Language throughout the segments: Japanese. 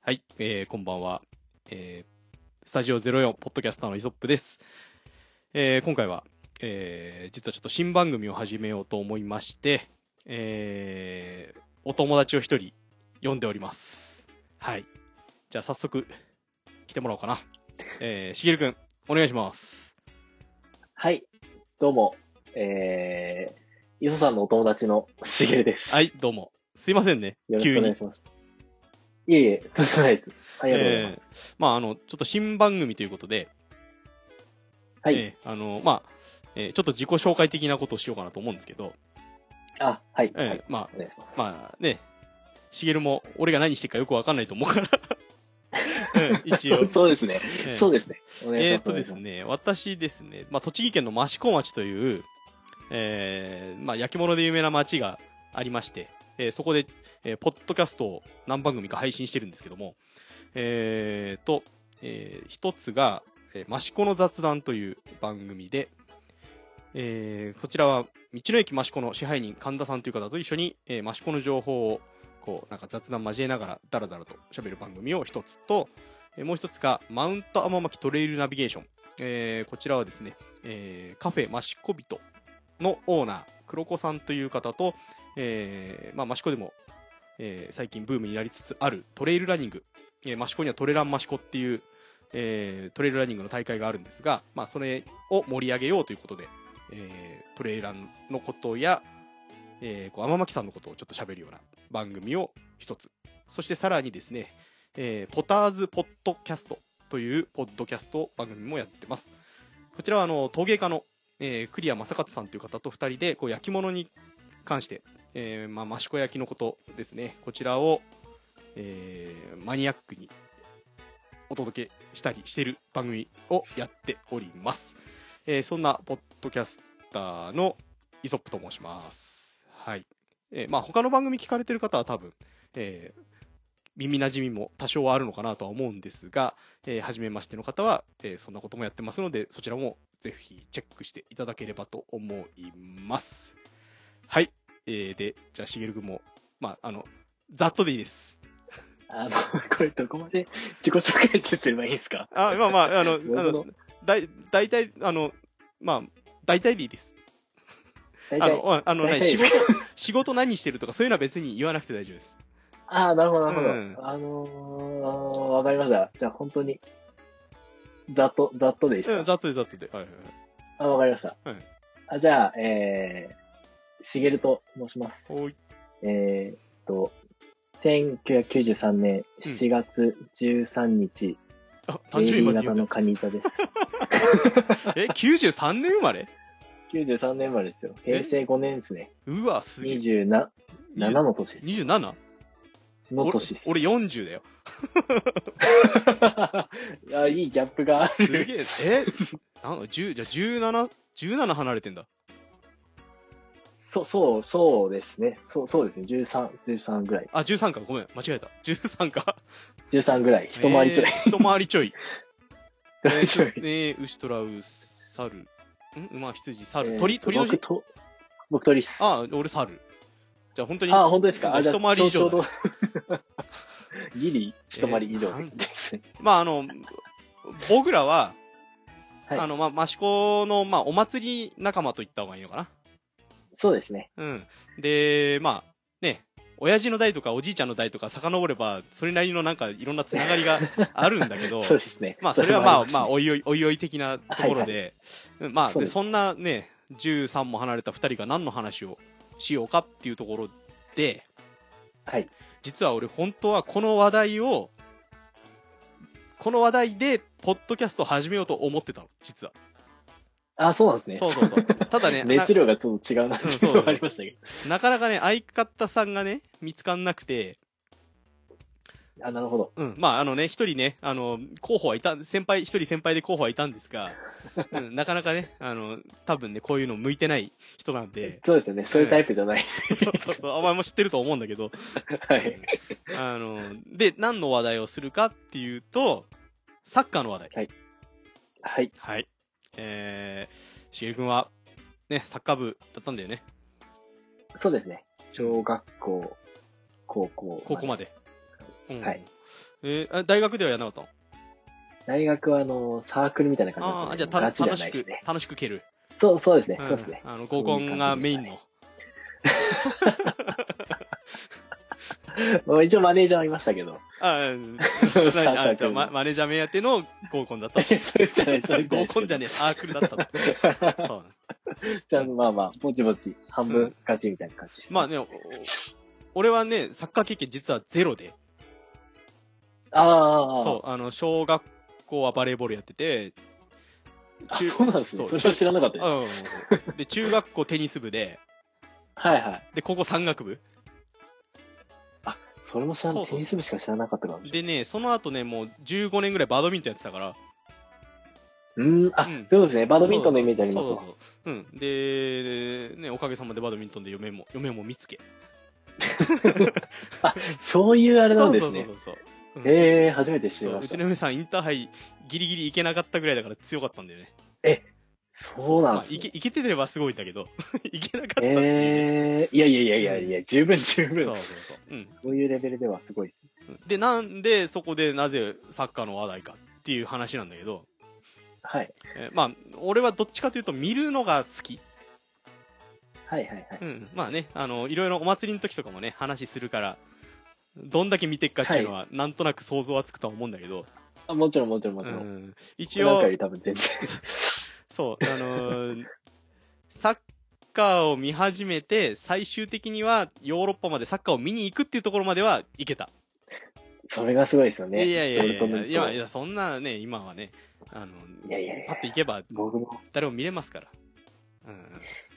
はい、えー、こんばんは。えー、スタジオ04ポッドキャスターのイソップです。えー、今回は、えー、実はちょっと新番組を始めようと思いまして、えー、お友達を一人呼んでおります。はい。じゃあ早速、来てもらおうかな。えー、しげるくん、お願いします。はい。どうも、えー、磯さんのお友達のしげるです。はい、どうも。すいませんねよ、ろし急くお願にい。します。いえいえ、とんでもないです。ありがとうございます。まあ、あの、ちょっと新番組ということで、はい、えーあの、まあ、えーちょっと自己紹介的なことをしようかなと思うんですけど、あ、はい、えーはい。まあ、お願いします。まあね、しげるも俺が何してるかよくわかんないと思う から、うん一応。そうそうですね。えーそうですね。お願いします。えーっとですね、私ですね、まあ、栃木県の益子町という、えーまあ、焼き物で有名な町がありまして、えーそこで、えーポッドキャストを何番組か配信してるんですけども、えーと、えー一つが、えー益子の雑談という番組で、えーこちらは道の駅益子の支配人神田さんという方と一緒に、えー、益子の情報をこうなんか雑談交えながらダラダラと喋る番組を一つと、えーもう一つが、マウント天巻トレイルナビゲーション。えーこちらはですね、えーカフェマシコビトのオーナー、黒子さんという方と、えーまあ、マシコでも、えー最近ブームになりつつあるトレイルランニング。えー、マシコにはトレランマシコっていう、えートレイルランニングの大会があるんですが、まあ、それを盛り上げようということで、えートレイランのことや、えーこう天巻さんのことをちょっと喋るような番組を一つ。そしてさらにですね、えーポターズポッドキャストというポッドキャスト番組もやってます。こちらはあの陶芸家の、えー、栗谷正勝さんという方と2人でこう焼き物に関して、えーまあ、益子焼きのことですね、こちらを、えーマニアックにお届けしたりしてる番組をやっております。えーそんなポッドキャスターのイソップと申します。はい。えーまあ、他の番組聞かれてる方は多分、えー耳なじみも多少はあるのかなとは思うんですが、えー初めましての方は、えーそんなこともやってますので、そちらもぜひチェックしていただければと思います。はい。えーで、じゃあ、しげるくんも、まあ、あの、ざっとでいいです。あの、 これどこまで自己紹介ってすればいいですかあ、まあまあ、あの、あなるほのど、だい、大体、あの、まあ、大体でいいです。大あ体。の、ああの、ね、大体仕です事、仕事何してるとか、そういうのは別に言わなくて大丈夫 です。ああ、なるほど、なるほど。うんあのー、わかりました。じゃあ本当に、ざっと、ざっとでいいですか、うん、ざっとでざっとで。はいはいはい。あ、わかりました。はいあじゃあ、えー、しげると申します。おい。えーっと、1993年7月13日、あ、う誕生日まで言型うんだのカニ 座です。え、93年生まれ93年生まれですよ。平成5年ですね。うわ、すげえ。 27の年です。 27? の年です。俺俺40だよ。あ、 いいギャップがあすげる。 え。えなんか10じゃあ17、17離れてんだ。そう、そう、そうですね。そう、そうですね。13、13ぐらい。あ、13か。ごめん。間違えた。13か。 13ぐらい。 一回りちょい。えー一回り ちょい。一回りちょい。えー、牛トラウス、猿。ん馬、羊、猿。鳥、鳥の僕字と、僕鳥っす。あ、俺猿。じゃあ本当に。あ、本当ですか。あ、じゃあ、一回り以上ちょだう。ど ギリ一回り以上ですね。まああの、僕らは、はいあの、まあ、益子の、まあ、お祭り仲間と言った方がいいのかな。そうですね。うん。で、まあ、ね、親父の代とかおじいちゃんの代とか遡れば、それなりのなんかいろんなつながり があるんだけど、そうですね。まあそれはまあ、まもあ、りおいおい、おいおい的なところで、うんまあ、そうでですそんなね、13も離れた2人が何の話をしようかっていうところで、ますねはい。実は俺本当はこの話題を、この話題で、ポッドキャスト始めようと思ってたの、実は。あ、そうなんですね。そうそうそう。ただ ね、な熱量がちょっと違うなってうんいうそうのがありましたけなかなかね、相方さんがね、見つかんなくて、ど。あ、なるほど。うん。まあ、あのね、一人ね、あの、候補はいた、先輩、一人先輩で候補はいたんです が、うん、なかなかね、あの、多分ね、こういうの向いてない人なんで、そうですよね。そういうタイプじゃない。そうそうそう、お前も知ってると思うんだけど、 はい。うんあの、で、何の話題をするかっていうと、サッカーの話題。はい。はい。えー、しげるくんは、ね、サッカー部だったんだよね、そうですね。小学校、高校。高校まで。うんはい。えーあ大学ではやらなかっ大学は、あの、サークルみたいなた感のじだあっあたー、じゃあたんでガチ楽じゃなしいですくね。、楽しく蹴る。そう、そうですね。んそうですね。あの、合コンがメインの。まあ一応マネージャーはいまし たけど。あーサ ーサあーー、じクゃあルマの。マネージャー目当ての合コンだったい。や それじゃない、それ合コン じゃねえ、サークルだったと。え。 そうじゃあ、まあまあ、ぼちぼち、半分勝ちみたいな感じです、まあ。ね、おお俺はね、サッカー経験実はゼロで、ああ、そう、あの、小学校はバレーボールやってて、あ中そうなんですそね。そうれは知らなかったです。うん。で、中学校テニス部で、はいはい。で、高校山岳部。それも知らそなうい。そうテニス部しか知らなかったかもしれなでい。ね、その後ね、もう15年ぐらいバドミントンやってたから。うーん、あ、うんそうですね。バドミントンのイメージありますそうわそう。そう。うん。で、ね、おかげさまでバドミントンで嫁も、嫁も見つけ。そういうああれなんですねそう。そうそうそう。うんええー、初めて知りそうまうしちたの。嫁さん、インターハイギリギリ行けなかったぐらいだから強かったんだよね。そうなんですまあねいけ、。いけてればすごいんだけど、 いけなかったっていうね。ええー、いやいやいやいやいや、十分十分。そそうそうそう。うん。ういうレベルではすごいです。で、なんで、そこでなぜサッカーの話題かっていう話なんだけど、はい。えーまあ、俺はどっちかというと見るのが好き。はいはいはい。うん。まあね、あの、いろいろお祭りの時とかもね、話するから、どんだけ見てっかっていうのは、なんとなく想像はつくとは思うんだけど、あもちろんもちろんもうちろん。ん。一なんか応よ、り多分全然。そう、あのーサッカーを見始めて、最終的にはヨーロッパまでサッカーを見に行くっていうところまでは行けた。それがすごいですよね。いやいやいやいドやルトムントいやいや、そんなね、今はね、あの、いやいやいパやッと行けば僕も誰も見れますから。うん。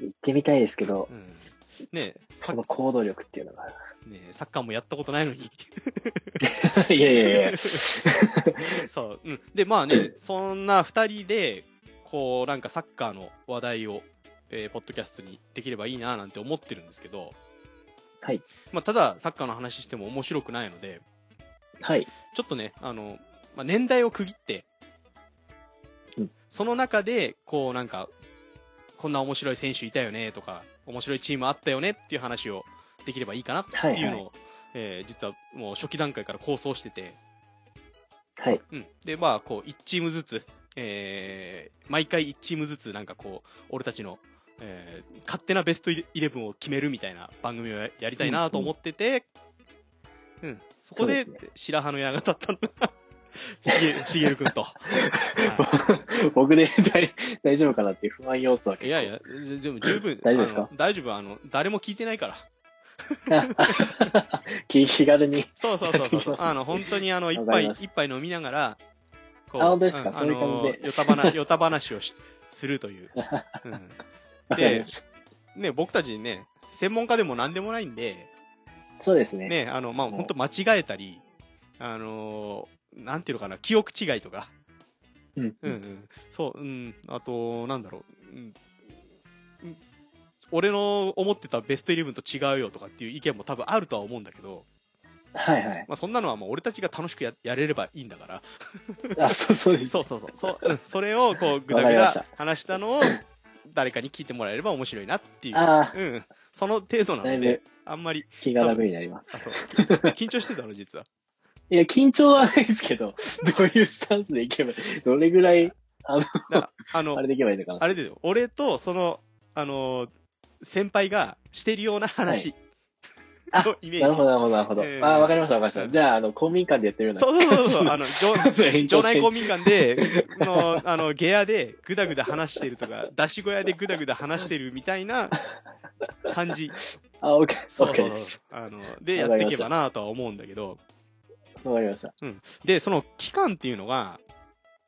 行ってみたいですけど、うん。ねサそッの行動力っていうのが。ねサッカーもやったことないのに。 いやいやいや。 そう、うん。で、まあね、そんな二人で、こう、なんかサッカーの話題を、えーポッドキャストにできればいいななんて思ってるんですけど、はい。まあ、ただ、サッカーの話しても面白くないので、はい。ちょっとね、あの、まあ、年代を区切って、うんその中で、こうなんか、こんな面白い選手いたよねとか、面白いチームあったよねっていう話をできればいいかなっていうのを、はいえー実はもう初期段階から構想してて、はい。 うん。で、まあ、こう、1チームずつ、えー毎回1チームずつ、なんかこう、俺たちの、えー勝手なベストイレブンを決めるみたいな番組をややりたいなと思ってて、うん、そこでそうで、白羽の矢が立ったのが、 しげしげるく んと。は僕で大大丈夫かなっていう不安要素はい、いやいや、じでも十分大丈夫ですあかの大丈夫、あの、誰も聞いてないから。気 気軽に。そうそうそうそう。あの、本当にあの、一わか杯、りました一杯飲みながら、こあ本当ですかんそういう感じであの、よたばな、よた話をしするという。うんわかりましたね、僕たちね、専門家でも何でもないんで、そうですね。ね、あの、まあ、もう本当間違えたり、あのーなんていうのかな、記憶違いとか、うん。うん、うん、そう、うん、あと、なんだろう、うん、うん俺の思ってたベストイレブンと違うよとかっていう意見も多分あるとは思うんだけど、はいはい。まあ、そんなのはもう俺たちが楽しくややれればいいんだ から、あ、そうそうです。そうそうそう、そう、うん、それをこう、ぐだわかぐりましだた話したのを、誰かに聞いてもらえれば面白いなっていう、あうん、その程度なあ、だいのぶで、あんまり、気が楽になりまあ、す。そう。緊張してたの、実は。いや、緊張はないですけど、 どういうスタンスでいけば、どれぐらい、だからあのあ、れでいけばいいのかな。あれだよ。俺と、その、あのー先輩がしてるような話はいのイメなーるジ。ほど、なるほど、なるほど。えーあ、わかりました、わかりまうんした。じゃあ、あの、公民館でやってるような。そうそうそうそう。 あの、場場う内公民館で、の、あの、下屋でぐだぐだ話してるとか、出し小屋でぐだぐだ話してるみたいな感じ。あ、 オッケー、そオッうケそうーそうで。あの、で、やっていけばなとは思うんだけど、す。わかりました。で、その期間っていうのが、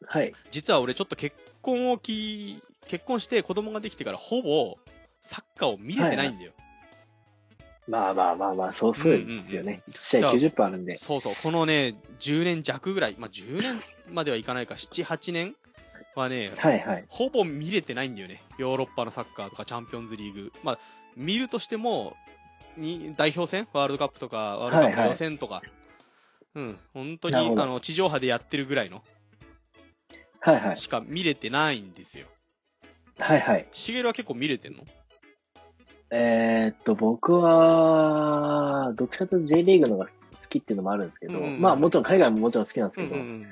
はい。実は俺ちょっと結婚をき、結婚して子供ができてからほぼサッカーを見れてないんだよ。まあまあまあまあ、そうそうですよね。1試だ合から90分あるんで。そうそう、このね、10年弱ぐらい、まあ、10年まではいかないか、7、8年はね、はいはい。ほぼ見れてないんだよね。ヨーロッパのサッカーとかチャンピオンズリーグ。まあ、見るとしても、に代表戦ワールドカップとか、ワールドカップの予選とか。うん、本当に、なあるほどの、地上波でやってるぐらいのはいはい。しか見れてないんですよ。はいはい。しげるは結構見れてんのえーっと、僕は、どっちかというと J リーグのが好きっていうのもあるんですけど、うんまあもちろん海外ももちろん好きなんですうんけど、うん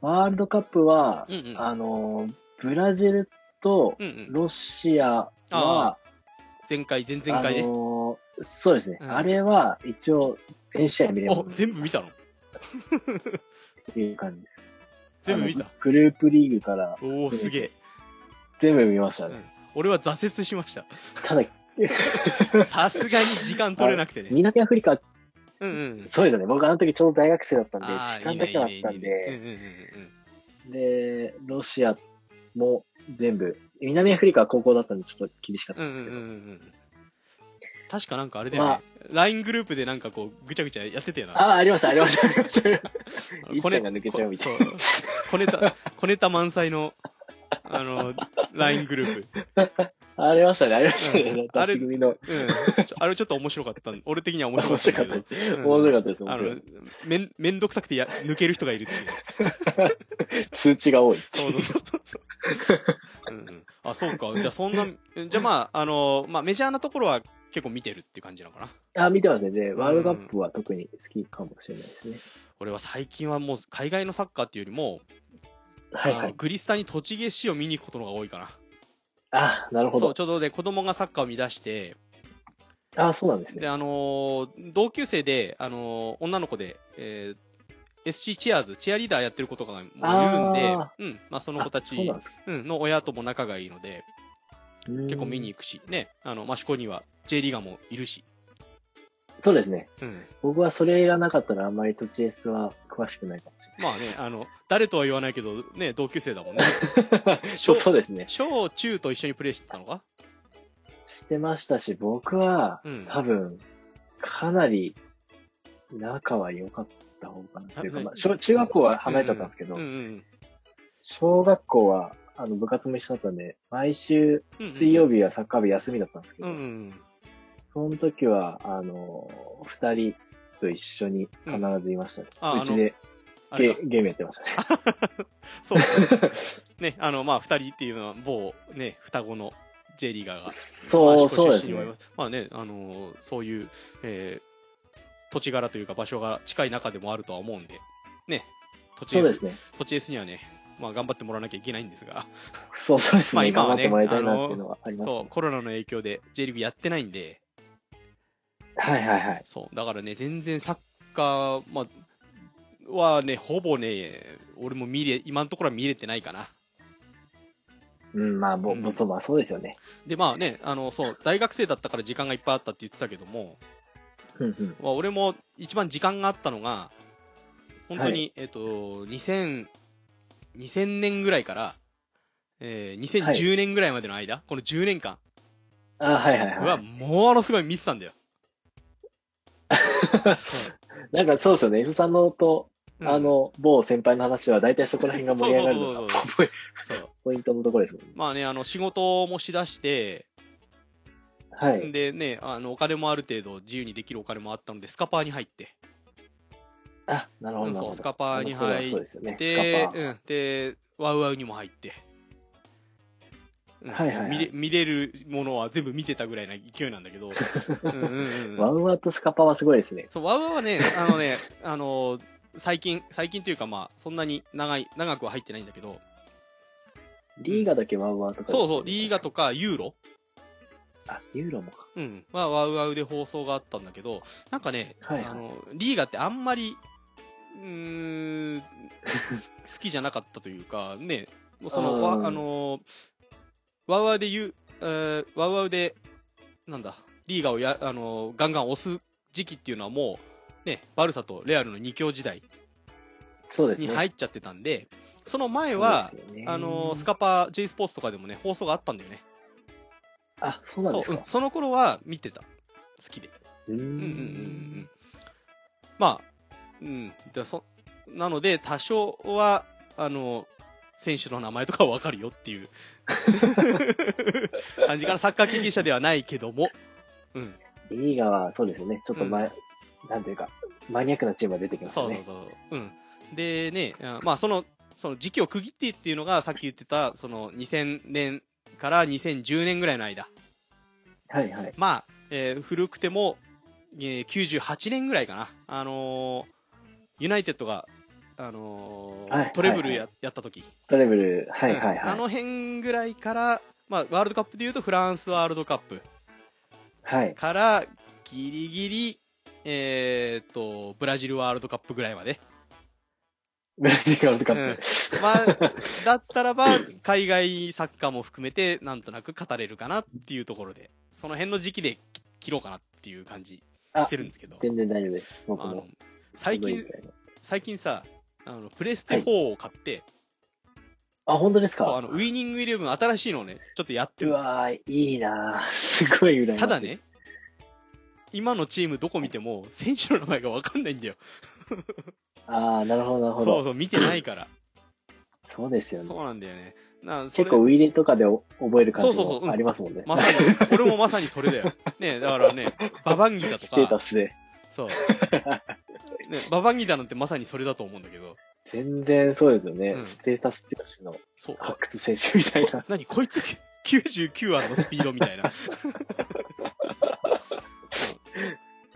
ワールドカップは、うんうんあの、ブラジルとうんうんロシアはあ、前回前々回ねあのそうですね、うんあれは一応全試合見れるあ全部見たのっていう感じ。全部見あたのグループリーグからおおすげえ全部見ましたね。俺は挫折しましたただ、さすがに時間取れなくて ね南アフリカ、うんうんそうですね、僕あの時ちょうど大学生だったんで、あ時あいい間ねだいけいだっねいいねたんで、うんうんうんで、ロシアも全部、南アフリカは高校だったんでちょっと厳しかったうんんうでんすうんけど、うん確かなんかあれだよね、まあ LINE グループでなんかこうぐちゃぐちゃやってたよなああ、ありました、ありました、ありました。 あのいっちゃんが抜けちゃうみたいなこそう小ネタ小ネタ満載のあの LINE グループありましたね、ありましたうねん。あれ私組の、うん、ちょあれちょっと面白かったん俺的には面白か面ったんだ白かっけどたです。うん面白かったです、面あ白かのめんめんどくさくてや抜ける人がいるっていうった通知が多い。そうそうそうそううんうんあそうかじゃあそんなじゃあまああの、まあ、メジャーなところは結構見てるっていう感じなのかなあ、見てますね。で、ワールドカップは特に好きかもしれないですね。俺は最近はもう海外のサッカーっていうよりも、はいあはのい。グリスタに栃木市を見に行くことの方が多いかなあ、なるほそうど。ちょうどね子供がサッカーを見出してあ、そうなんですでね。あのー同級生で、あのー女の子で、えー SC チアーズチアリーダーやってる子とかがもういるんあで、うんまあ、そのあ子たちそうなんですかうんの親とも仲がいいので結結構見に行くしねあの益子には J リーガーもいるし、そうですね。うん、僕はそれがなかったらあんまり土地 S は詳しくないかもしれまあねあの誰とは言わないけど、ね、同級生だも んねない。そうそうですね。小中と一緒にプレーしてたのかしてましたし、僕はうん多分、かなり仲は良かった方かなっていうか、あまあ、小中学校は離れちゃったんですけどうん、うん小学校はあの部活も一緒だったんで、毎週うんうん水曜日はサッカー部休みだったんですけうど、んうんその時は、あの、二人と一緒に必ずいましたね。うんあうちであれゲかゲームやってましたね。そう。ね、あの、まあ、二人っていうのは、某、ね、双子の J リーガーが。そう、まあそうで出す身にもいねま。まあね、あのーそういう、えー土地柄というか場所が近い中でもあるとは思うんで、ね、土地そうで S、すね。土地 S にはね、まあ、頑張ってもらわなきゃいけないんですが、そうそうですまあね。今は頑張っねてもらいたいなっていうのはありますそねう、。コロナの影響で J リーグやってないんで、はいはいはい。そう、だからね、全然サッカー、まあ、はね、ほぼね、俺も見れ、今のところは見れてないかな。うん、まあ、ぼ、うんそう、まあそうですよね。で、まあね、あの、そう、大学生だったから時間がいっぱいあったって言ってたけども、うんうん。まあ、俺も一番時間があったのが、本当に、はえっと、2000、2000年ぐらいから、えー2010年ぐらいまでの間、この10年間あ、はいはいは、はものすごい見てたん だよ。い。なんかそうですよね。伊豆さんのと、うんあ、の、某先輩の話は大体そこら辺が盛り上がるのがそうそうそうそう。ポイントのところですもんね。まあね、あの、仕事もしだして、はい。でね、あの、お金もある程度自由にできるお金もあったので、スカパーに入って、あ、なるほうどんそなるほう、ど。スカパーにあの頃は入そっうですよね。でス、カうん、で、ワウワウにも入って、うんはいはいはい見れ見れるものは全部見てたぐらいな勢いなんだ けど、うんうんパー。うワん、ウワウとスカパーはすごいですね。そうワウワウはね、あのね、あの最近、最近というか、まあ、そんなに長い、長くは入ってないんだけど、リーガだけワウワウとか。そうそう、リーガとか。かユーロ、あ、ユーロもか。うん、はワウワウで放送があったんだけど、なんかね、はいはいあのリーガってあんまり、うーん、す 好きじゃなかったというか、ね、もうその、うんわあのー、ワウワウで言う、えーワウワウで、なんだ、リーガをや、あのーガンガン押す時期っていうのはもう、ね、バルサとレアルの二強時代そうですにね。入っちゃってたんで、その前はそう、ですよねあのースカパー J スポーツとかでもね、放送があったんだよね。あ、そうなんですそう、うかん。その頃は見てた。好きで。うーんうんうんうんうんまあ、うん、でそなので、多少は、あの、選手の名前とかはわかるよっていう感じかな。サッカー経験者ではないけども、うん、リーガはそうですよね。ちょっと前、なんていうか、マニアックなチームが出てきますそようね。そうそう。うん。でね、あまあ、その、その時期を区切ってっていうのが、さっき言ってた、その2000年から2010年ぐらいの間。はいはい。まあ、えー古くても、えー98年ぐらいかな。あのーユナイテッドが、あのーはいトレブルはいや,、はやった時。トレブル、はいはいはい。うんあの辺ぐらいから、まあ、ワールドカップでいうとフランスワールドカップはい。から、ギリギリ、えーっと、ブラジルワールドカップぐらいまで。ブラジルワールドカッ まあ、だったらば、海外サッカーも含めて、なんとなく語れるかなっていうところで、その辺の時期で切切ろうかなっていう感じしてるんですけどプ。。全然大丈夫です。僕あのも。最ちょうどいい近ぐ、らいの最近さ、あの、プレステ4を買って、あ、本当ですかそう、あの、ウィニングイレブン新しいのをね、ちょっとやってうる。わー、いいなー。すごい羨ましい。ただ。ね、今のチームどこ見ても、選手の名前がわかんないんだよ。あー、なるほどなるほそうど。そう、見てないから。そうですよね。そうなんだよね。なそれ結構ウィーレとかでお覚える感じそうそうそううんもありますもんね。まさに、俺もまさにそれだよ。ねだから ね、ババンギだとステーかタ、スで。そう。ね、ババンギダなんてまさにそれだと思うんだけど。全然そうですよね。うんステータス強しのそう。発掘選手みたいな。何こいつ99あのスピードみたいな。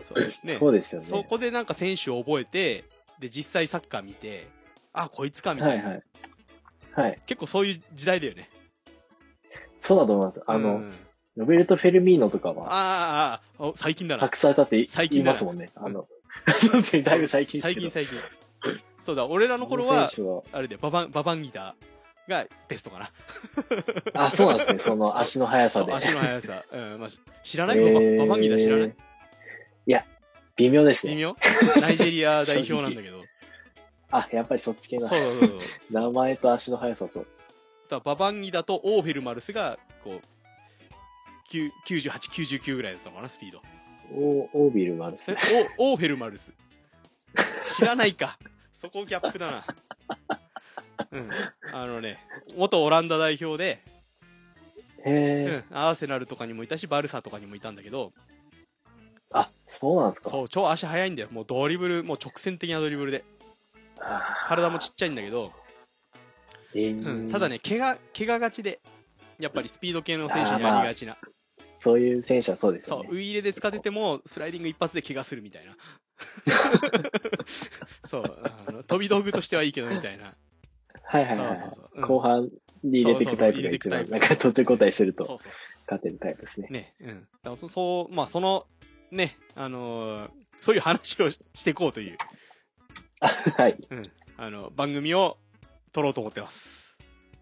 そうねそうですよね。そこでなんか選手を覚えて、で、実際サッカー見て、あ、こいつかみたはいいな、はい。はい。結構そういう時代だよね。そうだと思います。あの、うんロベルト・フェルミーノとかは、あーあーあー、最近だな発。掘されたって最近言いだまなすもんね。あの、そうですね だいぶ最近です最けど。近最近。そうだ、俺らの頃こは選、手は、あれで、ババン、ババンギターがベストかな。あ、そうなんですね。その足の速そさう、で。足の速さ。うん、まあ、知らない、えーババンギター知らないいや、微妙です微ね。妙ナイジェリア代表なんだけ ど。あ、やっぱりそっち系そう。なそうそうそう。名前と足の速さと。だババンギだとオーフェルマルスがこう9 98、99ぐらいだったのかな、スピード。オオービルもあるしえ。おオーフェルマルス。知らないか。そこギャップだな。うん。あのね、元オランダ代表で、 うへえ。ん、アーセナルとかにもいたし、バルサとかにもいたんだけど、あ、そうなんですか。そう、超足速いんだよ。もうドリブル、もう直線的なドリブルで。あ体もちっちゃいんだけど、ーえうーん、ただね、怪我、怪我がちで、やっぱりスピード系の選手にありがちな。そういう選手はそうですよそねう、。ウイイレで使ってても、スライディング一発で怪我するみたい な。そう、あの飛び道具としてはいいけどみたいな。はいそはうそういはいはい。そううん。後半に入れていくタイプそうそうそう入が一れていくタイ番、プなんか途中交代するそうとそうそうそ勝てるタイプですね う。。ね、うん。だからそう、まあその、ね、あのーそういう話をししていこうという、はい。うん、あの、番組を撮ろうと思ってます。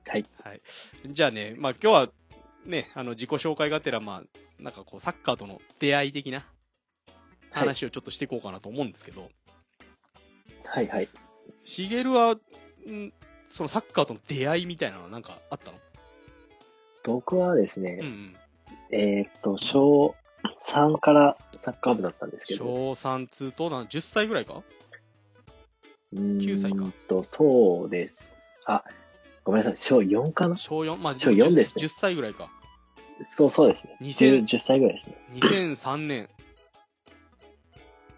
はい。はい。じゃあね、まあ今日は、ね、あの、自己紹介がてら、まあ、なんかこう、サッカーとの出会い的なはい話をちょっとしていこうかなと思うんですけど、はいはい。しげるは、んそのサッカーとの出会いみたいなのはなんかあったの僕はですね、うんうん。えーっと、小3からサッカー部だったんですけど、小3通と、なん10歳ぐらいか9 9歳かと、そうです。あ、ごめんなさい、小4かな小 4? まあ、小四ですね 10, 10歳ぐらいか。そうそうですね。 2000 10, 10歳ぐらいですね。 2003年。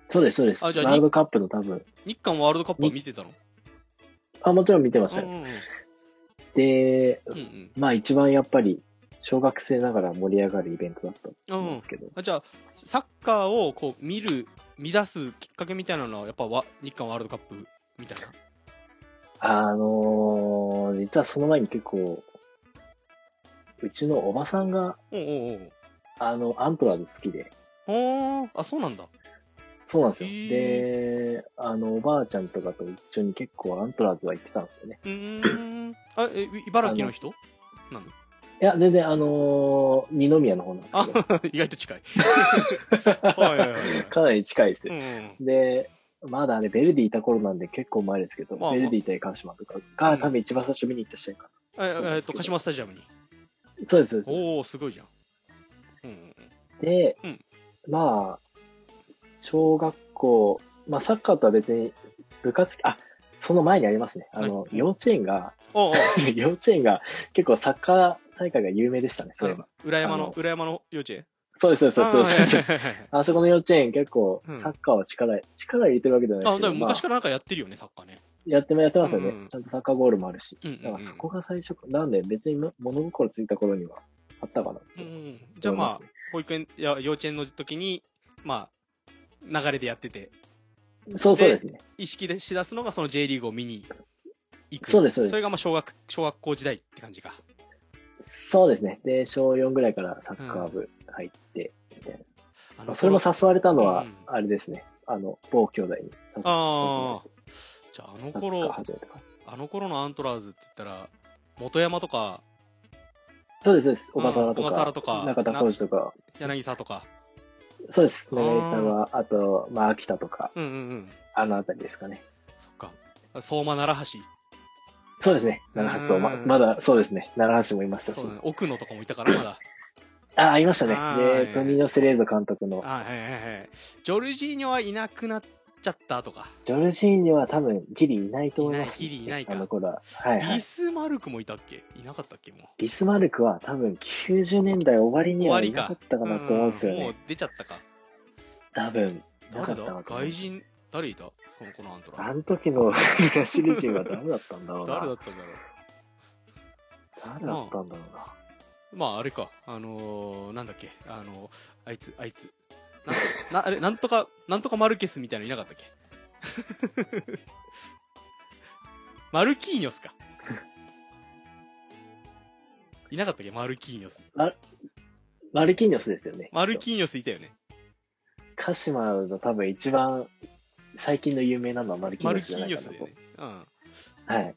そうです、そうです。あワじゃあールドカップの多分。日韓ワールドカップは見てたのあ、もちろん見てましうたんうよ。んうん。で、うんうんまあ一番やっぱり、小学生ながら盛り上がるイベントだったんですけど、あじゃあ、サッカーをこう見る、見出すきっかけみたいなのは、やっぱわ日韓ワールドカップみたいな。あのー、実はその前に結構、うちのおばさんが、おうおうあの、アントラーズ好きで、おうおーあ、そうなんだ。そうなんですよ。へで、あの、おばあちゃんとかと一緒に結構アントラーズは行ってたんですよね。うーん。あ、え、茨城の人なのいや、全然、あのー二宮の方なんですけ 意外と近い。はい はいはいはいど、かなり近いですうよ。んうん。で、まだあれ、ベルディいた頃なんで結構前ですけど、まあまあベルディ対川島とかが多分一番最初見に行った試合かええっと、鹿島スタジアムに。な。そうです、そうです。おおすごいじゃん。うんうんで、うんまあ、小学校、まあサッカーとは別に部活、あ、その前にありますね。あのは、い幼稚園が、 おうおう幼稚園が結構サッカー大会が有名でしたね、あそういえばの。裏山あのの、裏山の幼稚園そうです、そうです、そうです。あーはいはいはいはい あそこの幼稚園結構うんサッカーは力、力入れてるわけじゃないで すあ、けでど、も昔まあからなんかやってるよね、サッカーね。やってもやってますよね、うんうんちゃんとサッカーゴールもあるし。うんうだんうかんらそこが最初、なんで別に物心ついた頃にはあったかなってうん思ういん。じゃあままあすね、保育園、いや、幼稚園の時に、まあ、流れでやってて、そうそうですね。意識でしだすのがその J リーグを見に行く。そうですそうですそれがまあ、小学、小学校時代って感じか。そうですね。で、小4ぐらいからサッカー部入って、みたいなあまあそれも誘われたのはうん、あれですね。あの、某兄弟にサッカーああ。じゃあ、あのサッカー頃、始めたから。あの頃のアントラーズって言ったら、元山とか、そうです、そうです。うん小笠原とか、小笠原とか中田浩二とか、柳沢とか。そうです。あ中ー西さんは、あと、まあ、秋田とか、うんうんうん。あのあたりですかね。そっか。相馬奈良橋。そうですね。奈良橋と、まうんまだ、そうですね。奈良橋もいましたしそう。だね。奥野とかもいたから、ま だ。ああ、いましたねあ。ーで、トニーノ・セレーゾ監督の、あはいはいはい。ジョルジーニョはいなくなっちゃったとか。ジョルジーニョは多分、ギリいないと思います、いないギリいないかあの頃は。はい、はビい。スマルクもいたっけいなかったっけもう。ビスマルクは多分90年代終わりに終はわいりなかかっ。たかなと思うんですようんもねう。出ちゃったか。多分、なか誰っただのかな外人、誰いたその子のアントラあーズ。の時の 東リ人は誰だったんだろうな。誰だ誰ったんだろう。だったんだろうな。まあ、あれか。あのー、なんだっけ。あのー、あいつ、あいつ。なんかな、 あれ、なんとか、なんとかマルケスみたいのいなかったっけ マルキーニョスか。いなかったっけマルキーニョス。マルキーニョスですよね。マルキーニョスいたよね。鹿島の多分一番最近の有名なのはマルキーマニョルスキじゃーニョないかスなだと。よね。うん。はい。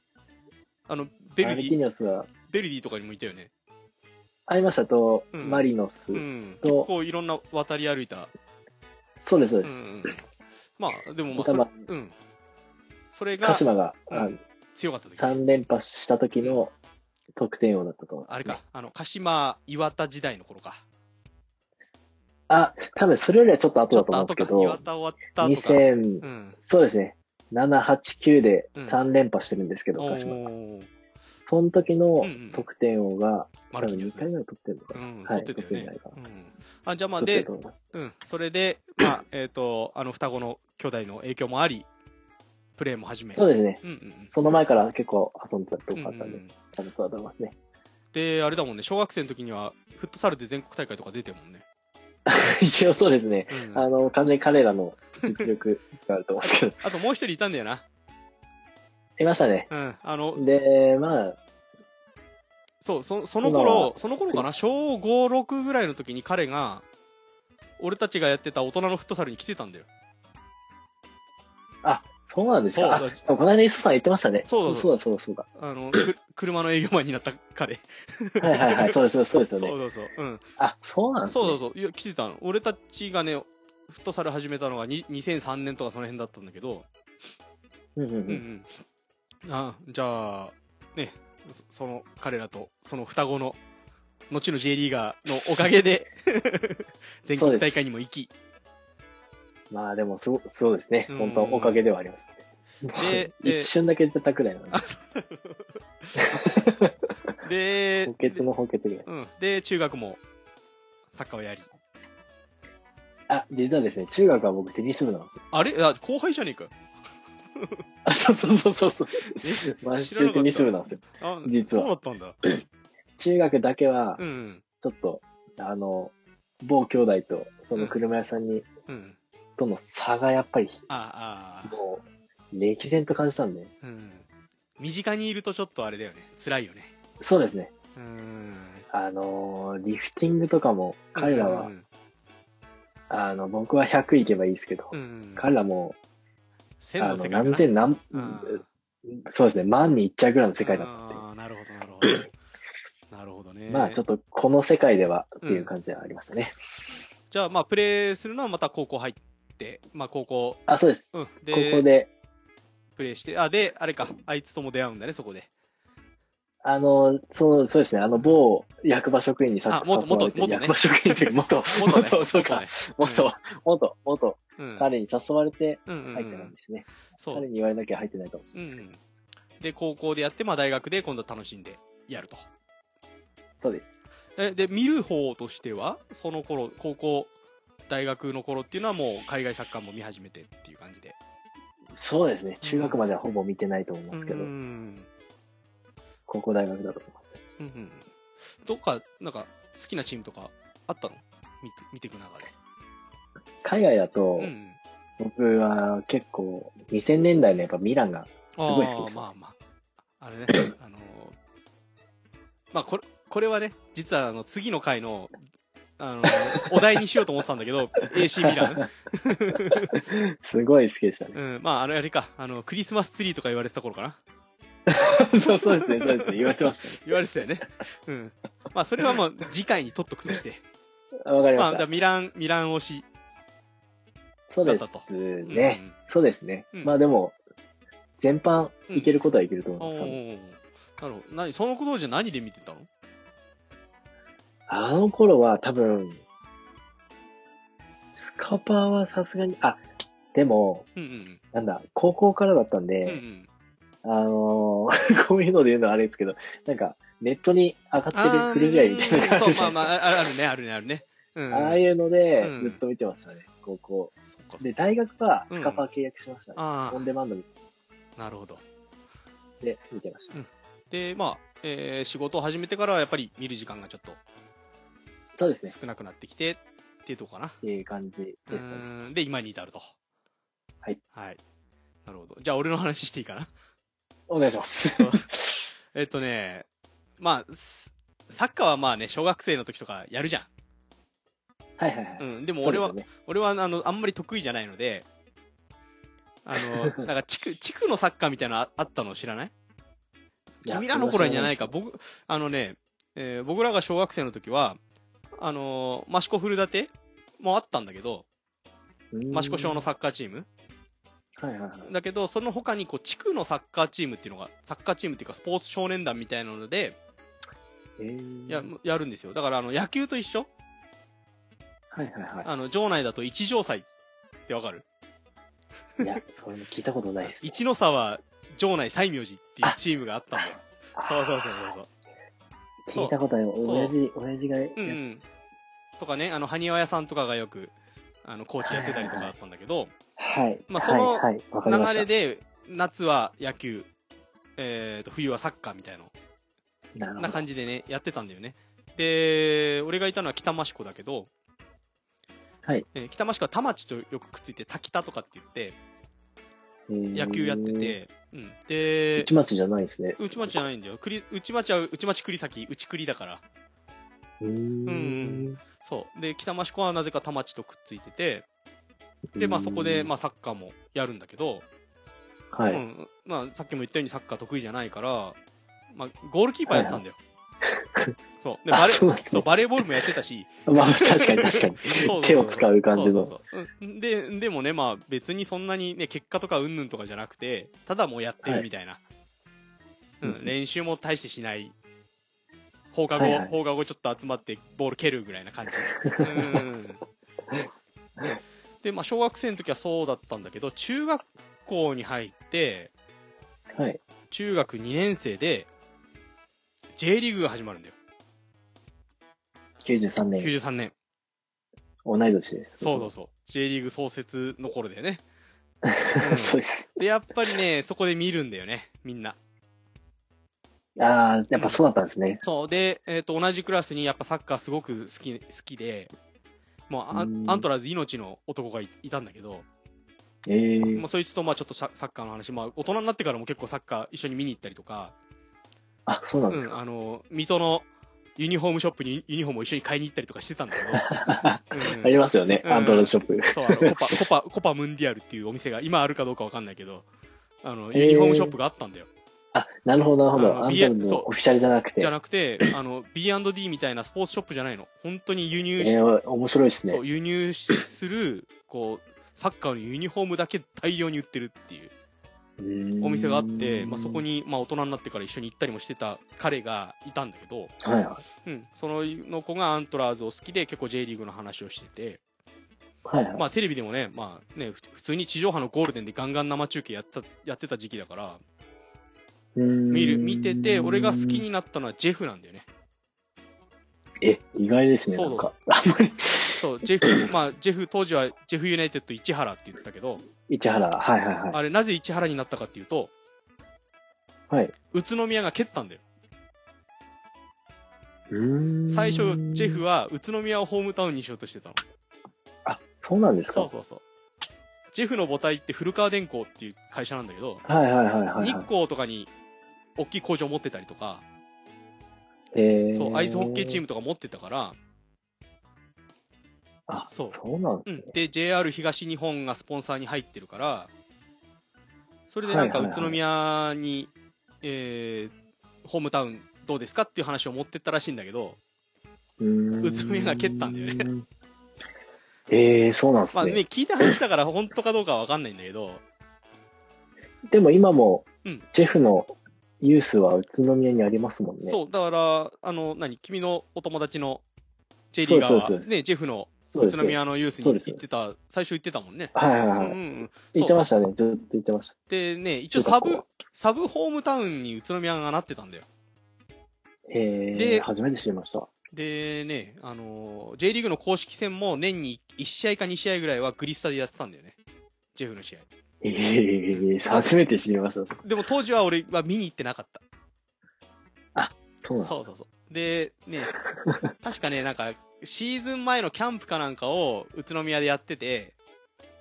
あの、ベマルルデキーィ、ニョスは、ベルディとかにもいたよね。ありましたと、うんマリノス、うん。と結構いろんな渡り歩いた。そうです、そううんでうす。ん。まあ、でもまあ、それ頭うん。それ鹿が島が、あうん強かった時3連覇した時の得点王だったと思います、あれか。、あの、鹿島岩田時代の頃か。あ、多分それよりはちょっと後ちょだっとと思うん後でか岩すけ。ど、田終わった後か。 2000、うん。そうですね。7、8、9でうん3連覇してるんですけど、お鹿島。ーその時のうんうん得点王が、マ多ルキーニ分ョ2ス。回ぐらい取ってるのかうな。ん、は取いってたよね取ってん。うん。あ、じゃあまあ、取ってるでと、思いますうん、それで、まあ、えっと、あの、双子の兄弟の影響もあり、プレーも始め。そうですね。うんうん。その前から結構遊んでたとこあっうたんんうで、ん多分そうだと思いますね。 で、あれだもんね、小学生の時には、フットサルで全国大会とか出てるもんね。一応そうですね。うんあの、完全に彼らの実力があると思うんですけど、あともう一人いたんだよな。いましたね。うん。あの、で、まあ、そう、そその今頃は、その頃かな、小5、6ぐらいの時に彼が、俺たちがやってた大人のフットサルに来てたんだよ。あ、そうなんですか。そうあでもこの間、磯さん言ってましたね。そうだそうだ、そうだ、そうだ。あの、 く車の営業マンになった彼。はいはいはい、そうです、そうですそうそですようね。そうそう。うん。あ、そうなんですそうね。そうそう。いや、来てたの。俺たちがね、フットサル始めたのがに2003年とかその辺だったんだけど、うんうんう。うんうんん。あじゃあ、ね、そその彼らと、その双子の、後の J リーガーのおかげ で、全国大会にも行き、まあでも、そう、そうですねうん。本当おかげではあります。 でえー一瞬だけ出たくらいなのであ、そう。 で、補欠も補欠ぐらい。うん。で、中学もサッカーをやり。あ、実はですね、中学は僕テニス部なんですよ。あれあ、後輩じゃねえか。あ、そうそうそうそう そう。え毎知らなかっ週たテニス部なんですよ。あ、実はそうだったんだ。中学だけはう、ん。ちょっと、あの、某兄弟と、その車屋さんに、うん。との差がやっぱり、ああ、もう、歴然と感じたんで、うん。身近にいるとちょっとあれだよね。辛いよね。そうですね。うーん。あのーリフティングとかも、彼らは、うんあの、僕は100いけばいいですけど、うんうん。彼らも、千あのの、世界かな何千何、うんそうですね、万に一着ぐらいの世界だったんああ、なるほど、なるほど。 なるほどね。で、まあちょっと。とこの世界ではっていう感じはありましたね。じゃあ、まあ、プレーするのはまた高校入って、まあ、高校、あ、そうです。うん。ここで、プレイして、あ、で、あれか、あいつとも出会うんだね、そこで。あの、そう、そうですね、あの、某役場職員にさあ元誘われて、元元ね役場職員というか、 元、元、ね そうか、。元元、元、元、うん。彼に誘われてうんうんう入ってないんんで、すね。そ彼う。に言われなきゃ入ってないかもしうれんなういですけど、ん。で、高校でやって、まあ、大学で今度楽しんでやると。そうです。え、で、見る方としては、その頃、高校、大学の頃っていうのはもう海外サッカーも見始めてっていう感じで。そうですね、中学まではほぼ見てないと思いうまんすうけど、ん。高校大学だと思います。うんうん。どっか、なんか、好きなチームとかあったの見て見ていく中で。海外だと、うんうん。僕は結構、2000年代のやっぱミランが、すごい好きでしあーた。まあまあ。あれね、 あのーまあこれ、これはね、実はあの、次の回の、あ のー、お題にしようと思ってたんだけど、AC ミラン。すごい好きでしたね。うん、まあ、あれ、あれか、あの、クリスマスツリーとか言われてた頃かな。 そうそうですね、そうですね。言われてまし言われてたよね。うん。まあ、それはもう、次回に取っとく として。た。わかりままあ、だした。からミラン、ミラン推し。そうですね。うんそうですね。うんまあでも、全般うんいけることはいけるとお思いーます。おーなるほど。何、その当時は何で見てたのあの頃は多分、スカパーはさすがに、あ、でも、うんうんなんだ、高校からだったんうん。うんうで、ん。あのー こういうので言うのはあれですけど、なんか、ネットに上がってるー古試合みたいな感じそう、じまゃあまないですあ、ああるね、あるね、あるね。うん。か。ああいうのでう、んずっと見てましたね、高校。そっかそっかで、大学はスカパー契約しましたね。あオンデマンドあ、なるほど。で見てました。で、まあ、えー仕事を始めてからはやっぱり見る時間がちょっとそうですね。少なくなってきてっていうとこかな。っていう感じうですかね。ーんで、今に至ると。はい。はい。なるほど。じゃあ、俺の話していい かな。お願いします。えっとね、まあ、すサッカーはまあね、小学生の時とかやるじゃはいはいはいん。。うん。でもそう俺ですは、よね俺はあの、あんまり得意じゃないので、あの、 なんか地区、地区のサッカーみたいなのああったの知らない君らの頃にじゃないか。。僕、あのね、えー僕らが小学生の時は、あのー、益子古舘もあったんだけど、益子小の。のサッカーチーム。はいはいはい。だけど、その他に、こう、地区のサッカーチームっていうのが、サッカーチームっていうか、スポーツ少年団みたいなので、えーや、やるんですよ。だから、あの、野球と一緒はいはいはあの、場内だと一条祭ってわかるい。いや、それも聞いたことないです。一の差は、場内西明寺っていうチームがあったんだよ。そうそうそうそうそう。そう聞いたことない。そう親父、親父がや、うんうん、とかね、あの、埴輪屋さんとかがよく、あの、コーチやってたりとかだったんだけど、はい。まあそのはいはい。わかりました。流れで、夏は野球、えーと、冬はサッカーみたいな、なるほなど。感じでね、やってたんだよね。で、俺がいたのは北益子だけど、はいえー北益子は田町とよくくっついて、田北とかって言って、野野球やって。て、うん。で、内町じゃないですね。内町じゃないんだよ。栗内町は内町栗崎、内栗だから。うーん。そう。で、北益子はなぜか田町とくっついてて、で、まあそこで、まあサッカーもやるんだけど、あ。はうい。んまあ、さっきも言ったようにサッカー得意じゃないから、まあ、ゴールキーパーやってたんだよ。そう。で、バあ、レ、そうなんですそう、ね。バレーボールもやってたし、 まあ、確かに確かに。 そうそうそう手を使う感じのそうそうそううんで、でもね、まあ別にそんなにね、結果とかうんぬんとかじゃなくて、ただもうやってるみたいな。、いううんん練習も大してしない。放課後、はいはい放課後ちょっと集まってボール蹴るぐらいな感じ。うん。で、まあ小学生の時はそうだったんだけど、中学校に入って、はい。中学2年生で、J リーグが始まるんだよ。 93年、 93年。同い年です。そうそうそう。J リーグ創設の頃だ よね。う そうです。で、やっぱりね、そこで見るんだよね、みんな。ああ、やっぱそうだったんですね。そう。で、えっ、と、同じクラスにやっぱサッカーすごく好き、好きで、もうアンうんアントラーズ命の男がいいたんだけど、ええ。まあ、そいつとまあちょっとササッカーの話、まあ大人になってからも結構サッカー一緒に見に行ったりとか、あ、そうなんうですん、か。あの、水戸のユニフォームショップにユニフォームを一緒に買いに行ったりとかしてたんだ けど、うんありますよね。うんアンドロイドショップ。そう、あの、コパ、コパ、コパムンディアルっていうお店が、今あるかどうかわかんないけど、あの、ユニフォームショップがあったんだよ。あ、なるほど、なるほあど。のアン BL ドロイドそうのオフィシャルじゃなくて。じゃえなくて、あの、B&D みたいなスポーツショップじゃないの。本当に輸入し、ー、面白いですねそう、。輸入する、こう、サッカーのユニフォームだけ大量に売ってるっていうお店があって、まあ、そこに。に、まあ、大人になってから一緒に行ったりもしてた彼がいたんだけど、はいはい。うん、そのの子がアントラーズを好きで結構 J リーグの話をしてて、はいはい。まあテレビでもね、まあね、ふ普通に地上波のゴールデンでガンガン生中継やった、やってた時期だから、見見る、見てて、俺が好き。になったのはジェフなんだよね。え、意外ですね。そなうそんうか、 あんまり。そう、ジェフ、 まあ、ジェフ、当時はジェフユナイテッド市原って言ってたけど、市原、はいはいはあれ、なぜ市原になったかっていうと、い。はい。宇都宮が蹴ったんだよ。ううん最初、ジェフ。は宇都宮をホームタウンにしようとしてたの。あ、そうなんですかそうそうそう。ジェフの母体って古川電工っていう会社なんだけど、はいはいはいはい、はい。日光とかに大きい工場持ってたりとか、えー、そう、アイスホッケーチームとか持ってたから、あ、そうそうなんでうすんね。、で JR 東日本がスポンサーに入ってるからそれでなんかはい宇はいはい都宮に、えーホームタウンどうですかっていう話を持ってったらしいんだけど、うーん宇都宮が蹴ったんだよね。えー、そうなんですまあね,、ね、聞いた話だから本当かどうかは分かんないんだけどでも今もうん、ジェフのユースは宇都宮にありますもんね。そうだからあの何君のお友達の J リーガーはそうですそうですねジェフのそう宇です都宮のユースにそうです行ってた最初行ってたもんね。はいはいうはんい。うんうん、言ってましたね。ずっと言ってました。でね一応サ中学ブ校サブホームタウンに宇都宮がなってたんだよ。えでー、初めて知りました。でね、あのー J リーグの公式戦も年に1試合か2試合ぐらいはグリスタでやってたんだよね。ジェフの試合。えー、初めて知りました。でも当時は俺は見に行ってなかった。そうなんだそうそうそう。で、ね、確かね、なんか、シーズン前のキャンプかなんかを宇都宮でやってて、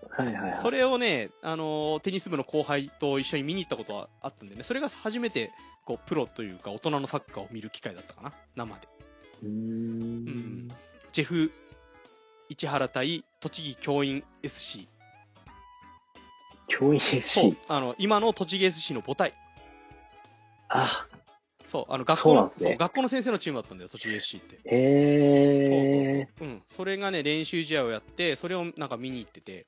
はいはいはい。それをね、あのーテニス部の後輩と一緒に見に行ったことはあったんでね、それが初めて、こう、プロというか大人のサッカーを見る機会だったかな、生で。うーうんん。ジェフ、市原対栃木教員 SC。教員そ FC う。、あの、今の栃木 SC の母体。あ、そう、あの、学校の、そそうう,、なんですね学校の先生のチームだったんだよ、栃木 SC って。そうそえー。うそう。うん。それがね、練習試合をやって、それをなんか見に行ってて。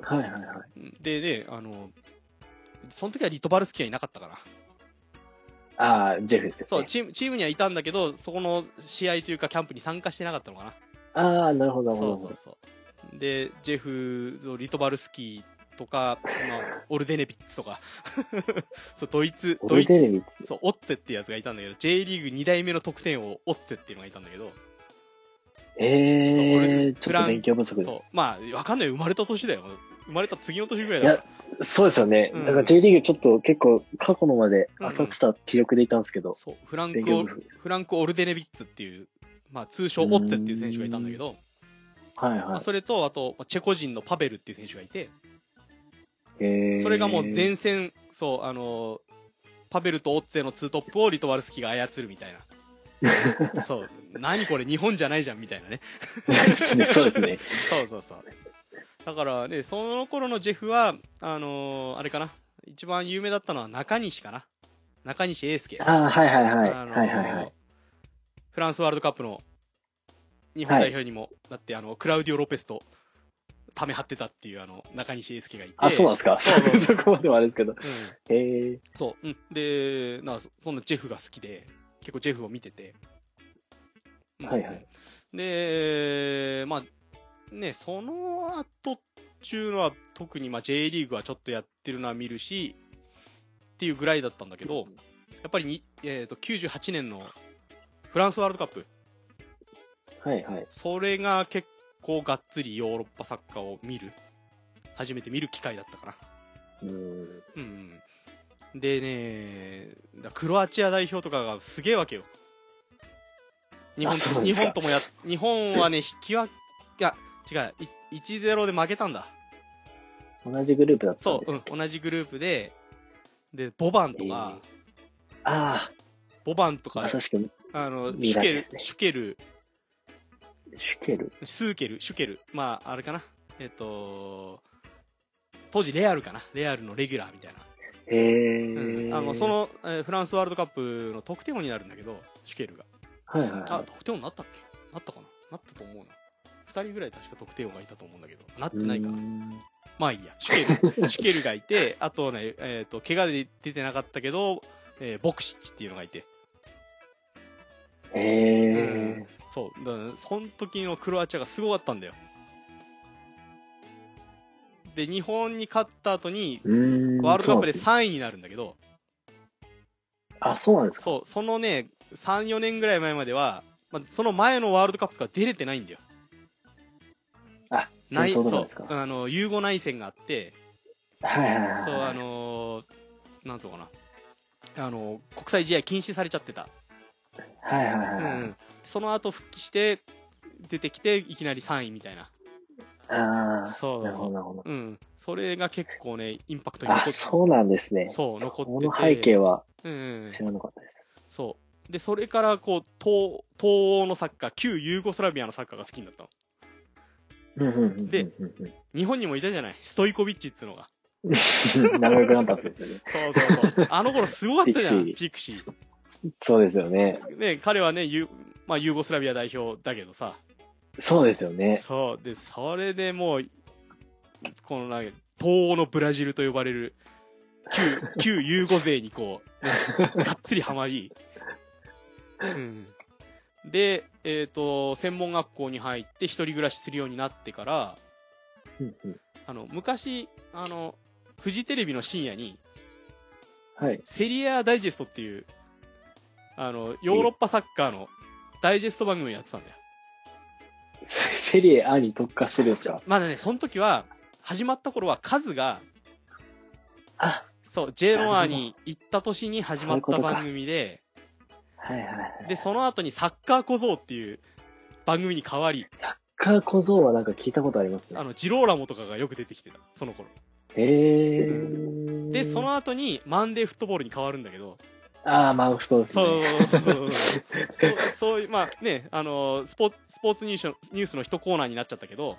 はいはいはい。うんで、で、あの、その時はリトバルスキーはいなかったから。あー、ジェフですよね。そう、チーム、チームにはいたんだけど、そこの試合というか、キャンプに参加してなかったのかな。ああ、なるほど、なるほそど。うそうそう。で、ジェフ、リトバルスキーとか、まあ、オルデネビッツとか。 そう、ドイツ、ド俺イテレビつそう、オッツェっていうやつがいたんだけど、J リーグ2代目の得点王、オッツェっていうのがいたんだけど、そうえ俺ー、ちょっと勉強不足です。そうそ。まあ、わかんない。生まれた年だよ。生まれた次の年ぐらいいだやから。うですよね。うだんから J リーグちょっと結構過去のまで浅くした記録でいたんですけど。そう、フラン勉ク強オ不ル・足。フランクオルデネビッツっていう、まあ、通称オッツェっていう選手がいたんだけど、はいまはあ、それと、あと、チェコ人のパベルっていう選手がいて、い。えー、それがもう前線、そう、あのーパベルとオッツェのツートップをリトワルスキーが操るみたいな。 そう、何これ日本じゃないじゃんみたいなね。ですね そうですね。そうそうそう。だからね、その頃のジェフは、あのーあれかな、一番有名だったのは中西かな。中西英介。ああ、はいはいはい。あのーはいはいはい。フランスワールドカップの日本代表にも、だってあの、クラウディオ・ロペスと、ため張ってたっていうあの、中西英介がいて。あ、そうなんです か。そうそう そこまではあれですけど。うんえー、そう、うん。で、なそそんなジェフが好きで、結構ジェフを見てて。うんはいはい。で、まあ、ね、その後っていうのは、特にまあ J リーグはちょっとやってるのは見るし、っていうぐらいだったんだけど、やっぱりに、えー、と98年のフランスワールドカップ、はいはい。それが結構がっつりヨーロッパサッカーを見る、初めて見る機会だったかな。うーん。うんうん。でね、だクロアチア代表とかがすげえわけよ。日本そとうなん日ですか本ともや、日本はね、引き分け、いや、違う、い1-0で負けたんだ。同じグループだったんそですう、うん、同じグループで、で、ボバンとか、あボバンとあ、まか、さしく、あの、未シュ来ケでルす、ねシュケル、シュケル。スーケル、シュケル、まあ、あれかな、えっと、当時レアルかな、レアルのレギュラーみたいな。えー。うん、あのそ、の、えーフランスワールドカップの得点王になるんだけど、シュケルが。はいはいあは、得点王になったっけなったかななったと思うな。2人ぐらい確か得点王がいたと思うんだけど、なっい。てないかうーな。んまあいいや、シュケ ル、シュケルがいて、あとね、えっ、と、怪我で出てなかったけど、えーボクシッチっていうのがいて、えー。そう、だからその時のクロアチアがすごかったんだよ。で、日本に勝った後に、うーんワールドカップでそう3位になるんだけど、なんですねあ、そうなんですか。そう、そのね、3、4年ぐらい前までは、まあ、その前のワールドカップとか出れてないんだよ。あ、内そうなんそうですか。あの、融合内戦があって、はいはいはい。そう、あ、のーなんつうのかな。あのー国際試合禁止されちゃってた。はいはういはい。ん、その後復帰して出てきていきなり3位みたいなああ。そうなそうそるほど、う、なるほど。うん、それが結構ねインパクトにあ、残っそうなんですね。そう残っててその背景はうんうん、知らなかったです。そうでそれからこう東東欧のサッカー旧ユーゴスラビアのサッカーが好きになったのうんうんうんうんうん。 でうん日本にもいたじゃないストイコビッチっつうのがうん、名古屋グランパスですよね。そうそう そうあの頃すごかったじゃんピピクシそうですよね。ーね彼はねユ,、まあ、ユーゴスラビア代表だけどさそうですよね。そうでそれでもうこのなんか東欧のブラジルと呼ばれる旧 旧ユーゴ勢にこう、ね、がっつりハマり、うん、で、えっと専門学校に入って一人暮らしするようになってからうんうんあの昔あのフジテレビの深夜にはい。セリアダイジェストっていうあのヨーロッパサッカーのダイジェスト番組をやってたんだよセリエ A に特化してるんですかまだねその時は始まった頃はカズがあ、そう、J ロアに行った年に始まった番組で、はいはいはい。で、その後にサッカー小僧っていう番組に変わり、サッカー小僧はなんか聞いたことありますねあ。の、ジローラモとかがよく出てきてた、その頃。へえー。で、そ、の後にマンデーフットボールに変わるんだけど、ああ、まあ、そうですそうね。、そうそうそうそういう、まあね、あの、スポーツ、スポーツニュースのニュースの一コーナーになっちゃったけど、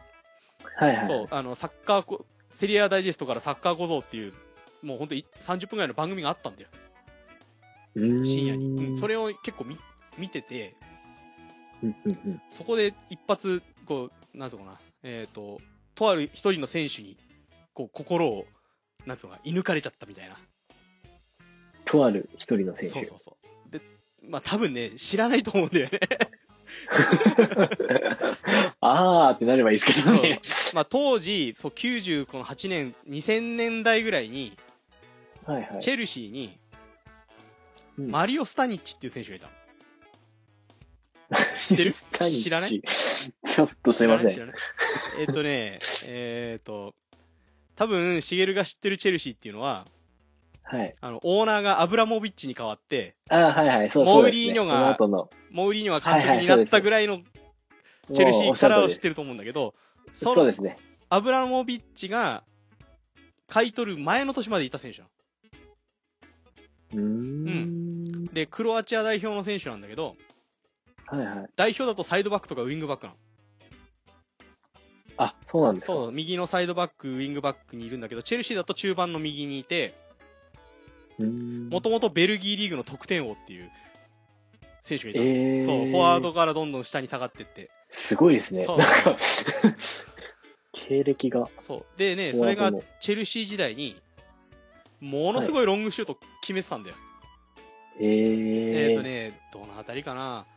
はいはい。そう、あの、サッカーこ、セリアダイジェストからサッカー小僧っていう、もうほんとい30分ぐらいの番組があったんだよ、うーん。深夜に。うん、それを結構見、見てて、うんうんうん。そこで一発、こう、なんつうのかな、えっ、と、とある一人の選手に、こう、心を、なんつうのかな、射抜かれちゃったみたいな。とある一人の選手。そうそうそう。で、まあ多分ね、知らないと思うんだよね。あーってなればいいですけど ね。まあ当時、そう、90、この8年、2000年代ぐらいに、はいはい。チェルシーに、うんマリオ・スタニッチっていう選手がいたの。知ってる スタニッチ知らないちょっとすいませ知ん。らない知らないえっとね、 えっ、と、多分、シゲルが知ってるチェルシーっていうのは、はい。あの、オーナーがアブラモビッチに変わって、あーはいはい。そうモそーうです、ね。リーニョがその後の。モウリーニョが監督になったぐらいのチェルシーからを知ってると思うんだけど、そそうのですね。アブラモビッチが買い取る前の年までいた選手なの。うーん。で、クロアチア代表の選手なんだけど、はいはい。代表だとサイドバックとかウィングバックなの。あ、そうなんですか。そう、右のサイドバック、ウィングバックにいるんだけど、チェルシーだと中盤の右にいて、うーん。もともとベルギーリーグの得点王っていう選手がいたの。えー、そう、フォワード。からどんどん下に下がってって。すごいですね。そなうんか経歴が。そう。でね、フォそワれードがのチェルシー時代に、ものすごいロングシュート決めてたんだよ。えー。えー、とね、どの辺りかな、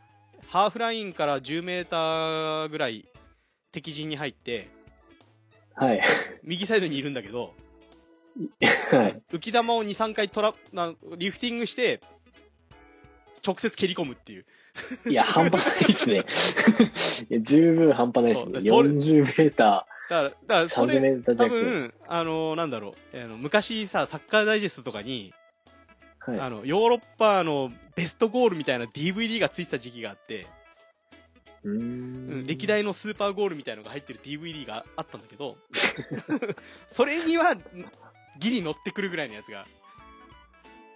ハーフラインから10メーターぐらい敵陣に入って、はい。 右サイドにいるんだけど、はい。浮き球を2、3回トラなリフティングして、直接蹴り込むっていう。いや、半端ないですね。 いや十分半端ないですね。そう40メータだから、だからー、そ30メれ、ーター多弱。分、あのなんだろう、あの昔さ、サッカーダイジェストとかに、はあい。の、ヨーロッパのベストゴールみたいな DVD がついてた時期があって、うーうんん歴代のスーパーゴールみたいのが入ってる DVD があったんだけ ど、それにはギリ乗ってくるぐらいのやつが、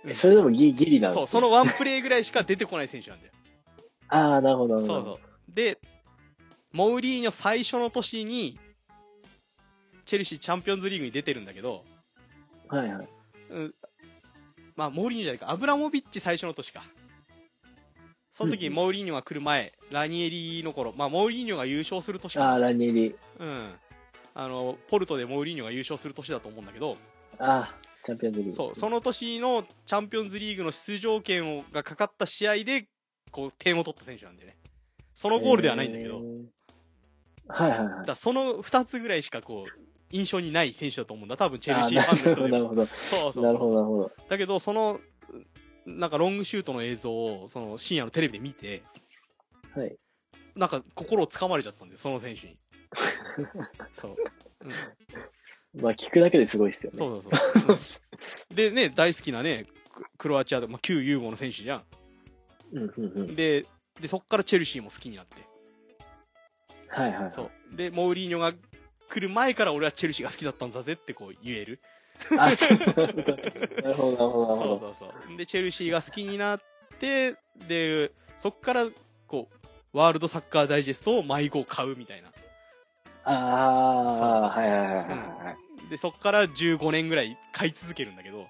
えそれでもギリギリなんですそねう、そのワンプレーぐらいしか出てこない選手なんだよ。ああ、なるほど。そうなるほそどう。で、モウリーニョ最初の年に、チェルシーチャンピオンズリーグに出てるんだけど、はいはい。うん、まあ、モウリーニョじゃないか、アブラモビッチ最初の年か。その時、うんモウリーニョが来る前、ラニエリの頃、まあ、モウリーニョが優勝する年かなああ、ラニーリ。うん、あのポルトでモウリーニョが優勝する年だと思うんだけど、ああ、チャンピオンズリーグ。そうその年のチャンピオンズリーグの出場権をがかかった試合でこう点を取った選手なんだよね、そのゴールではないんだけど、えだー。はいはいはいか。らその2つぐらいしかこう印象にない選手だと思うんだ、多分チェルあシーファンの人ーなでるも。ほど、そうそうなるほど、なるほど。だけど、そのなんかロングシュートの映像をその深夜のテレビで見て、はい。なんか心をつかまれちゃったんだよ、その選手に。そううんまあ、聞くだけですごいですよね。そうそう そう。うんでね、大好きなね、ククロアチアで、まあ、旧ユーゴの選手じゃん。うんうんうん。ででそっからチェルシーも好きになってはいはい。そうでモーリーニョが来る前から俺はチェルシーが好きだったんだぜってこう言えるあ、そうなんだなるほど、なるほど、なそるうほど。そうそうでチェルシーが好きになってでそっからこうワールドサッカーダイジェストを毎号買うみたいなああ、はいはいはいはいはでそっから15年ぐらい買い続けるんだけど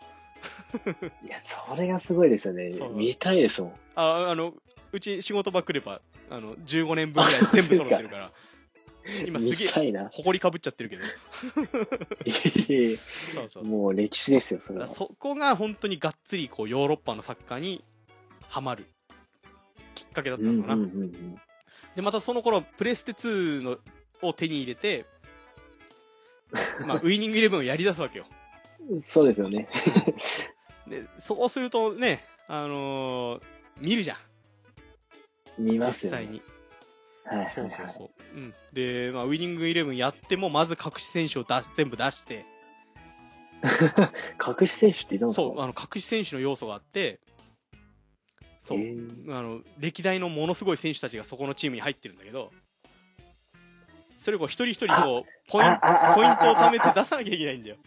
い。いや、それがすごいですよねそう。見たいですもん。ああのうち仕事ばっくればあの15年分ぐらい全部揃ってるから 今す見げえたいな。埃かぶっちゃってるけどいえいそうそえうもう歴史ですよ、そだかれらは。そこが本当にがっつりこうヨーロッパのサッカーにハマるきっかけだったのかな、うんうんうんうん。でまたその頃プレステ2のを手に入れて、 まあ、ウイニングイレブンをやり出すわけよそうですよね。でそうするとねあのー見るじゃん見ま実すよ際ね。にはいはいそうそうはい。そう、うん、で、まあ、ウイニングイレブンやってもまず隠し選手を出し全部出して隠し選手ってどうなんですかそうあの隠し選手の要素があってそう、えーあの歴代のものすごい選手たちがそこのチームに入ってるんだけどそれをこう一人一人こうポインあああポイントを貯めあてあ出さなきゃいけないんだよ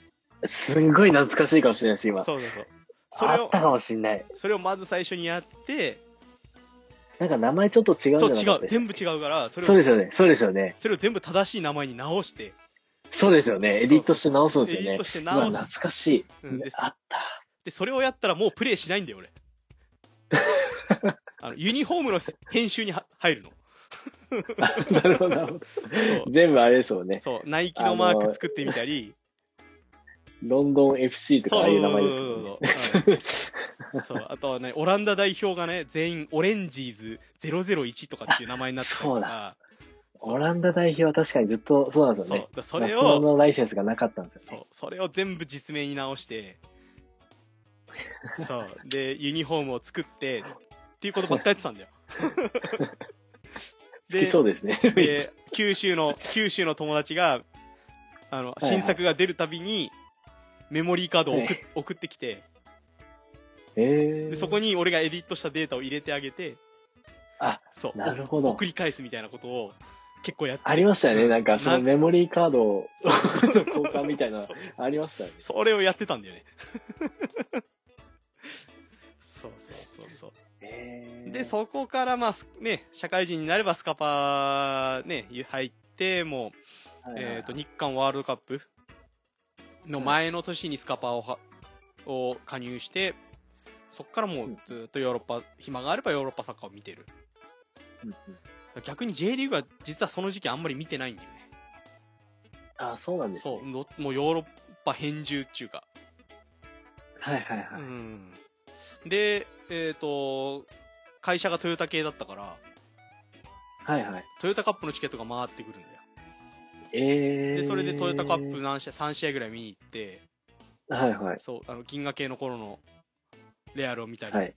すんごい懐かしいかもしれないです、今。そうそうそうそれあっをたかもしれない。それをまず最初にやってなんか名前ちょっと違うんじそゃうな違かったうです全部違うからそれそうをですよね。そうですよね。それを全部正しい名前に直してそうですよね。エディットして直すんエですよディッねト。してうわ直懐しかしい、うんですあった。でそれをやったらもうプレイしないんだよ俺あのユニフォームの編集には入るの なるほどなるほそど。う全部あれですもんね。そうナイキのマーク作ってみたりロンドン FC とかそうああいう名前ですもんそうね。そうそううんそうあとはねオランダ代表がね全員オレンジーズ001とかっていう名前になってたりとかオランダ代表は確かにずっとそうなんですそうよだねか。らそれナショナルをのライセンスがなかったんですそよ、うね。それを全部実名に直してそうでユニフォームを作ってっていうことばっかりやってた んだよ好きそうですね。で九州の九州の友達があのいはい新作が出るたびにメモリーカードを送,、はい送ってきて えでー、そこに俺がエディットしたデータを入れてあげてあ、そうなるほど送り返すみたいなことを結構やってありましたよね。なんかそのなメモリーカードを交換みたいなのありましたね。それをやってたんだよね そうそうそうそうえーで、そこから、まあ、すね、社会人になればスカパー、ね、入って、もはう、いはいはいえっ、と、日韓ワールドカップの前の年にスカパーをは、を加入して、そこからもうずっとヨーロッパ、暇があればヨーロッパサッカーを見てる。うんうん逆に J リーグは実はその時期あんまり見てないんだよね。あ、そうなんです、ね。そう、のもうヨーロッパ編集っていうか。はいはいはうい。ん。で、えっ、と、会社がトヨタ系だったから、はいはい。トヨタカップのチケットが回ってくるんだよ。えー、でそれでトヨタカップ何試合3試合ぐらい見に行ってはいはい。そうあの銀河系の頃のレアルを見たり、はい。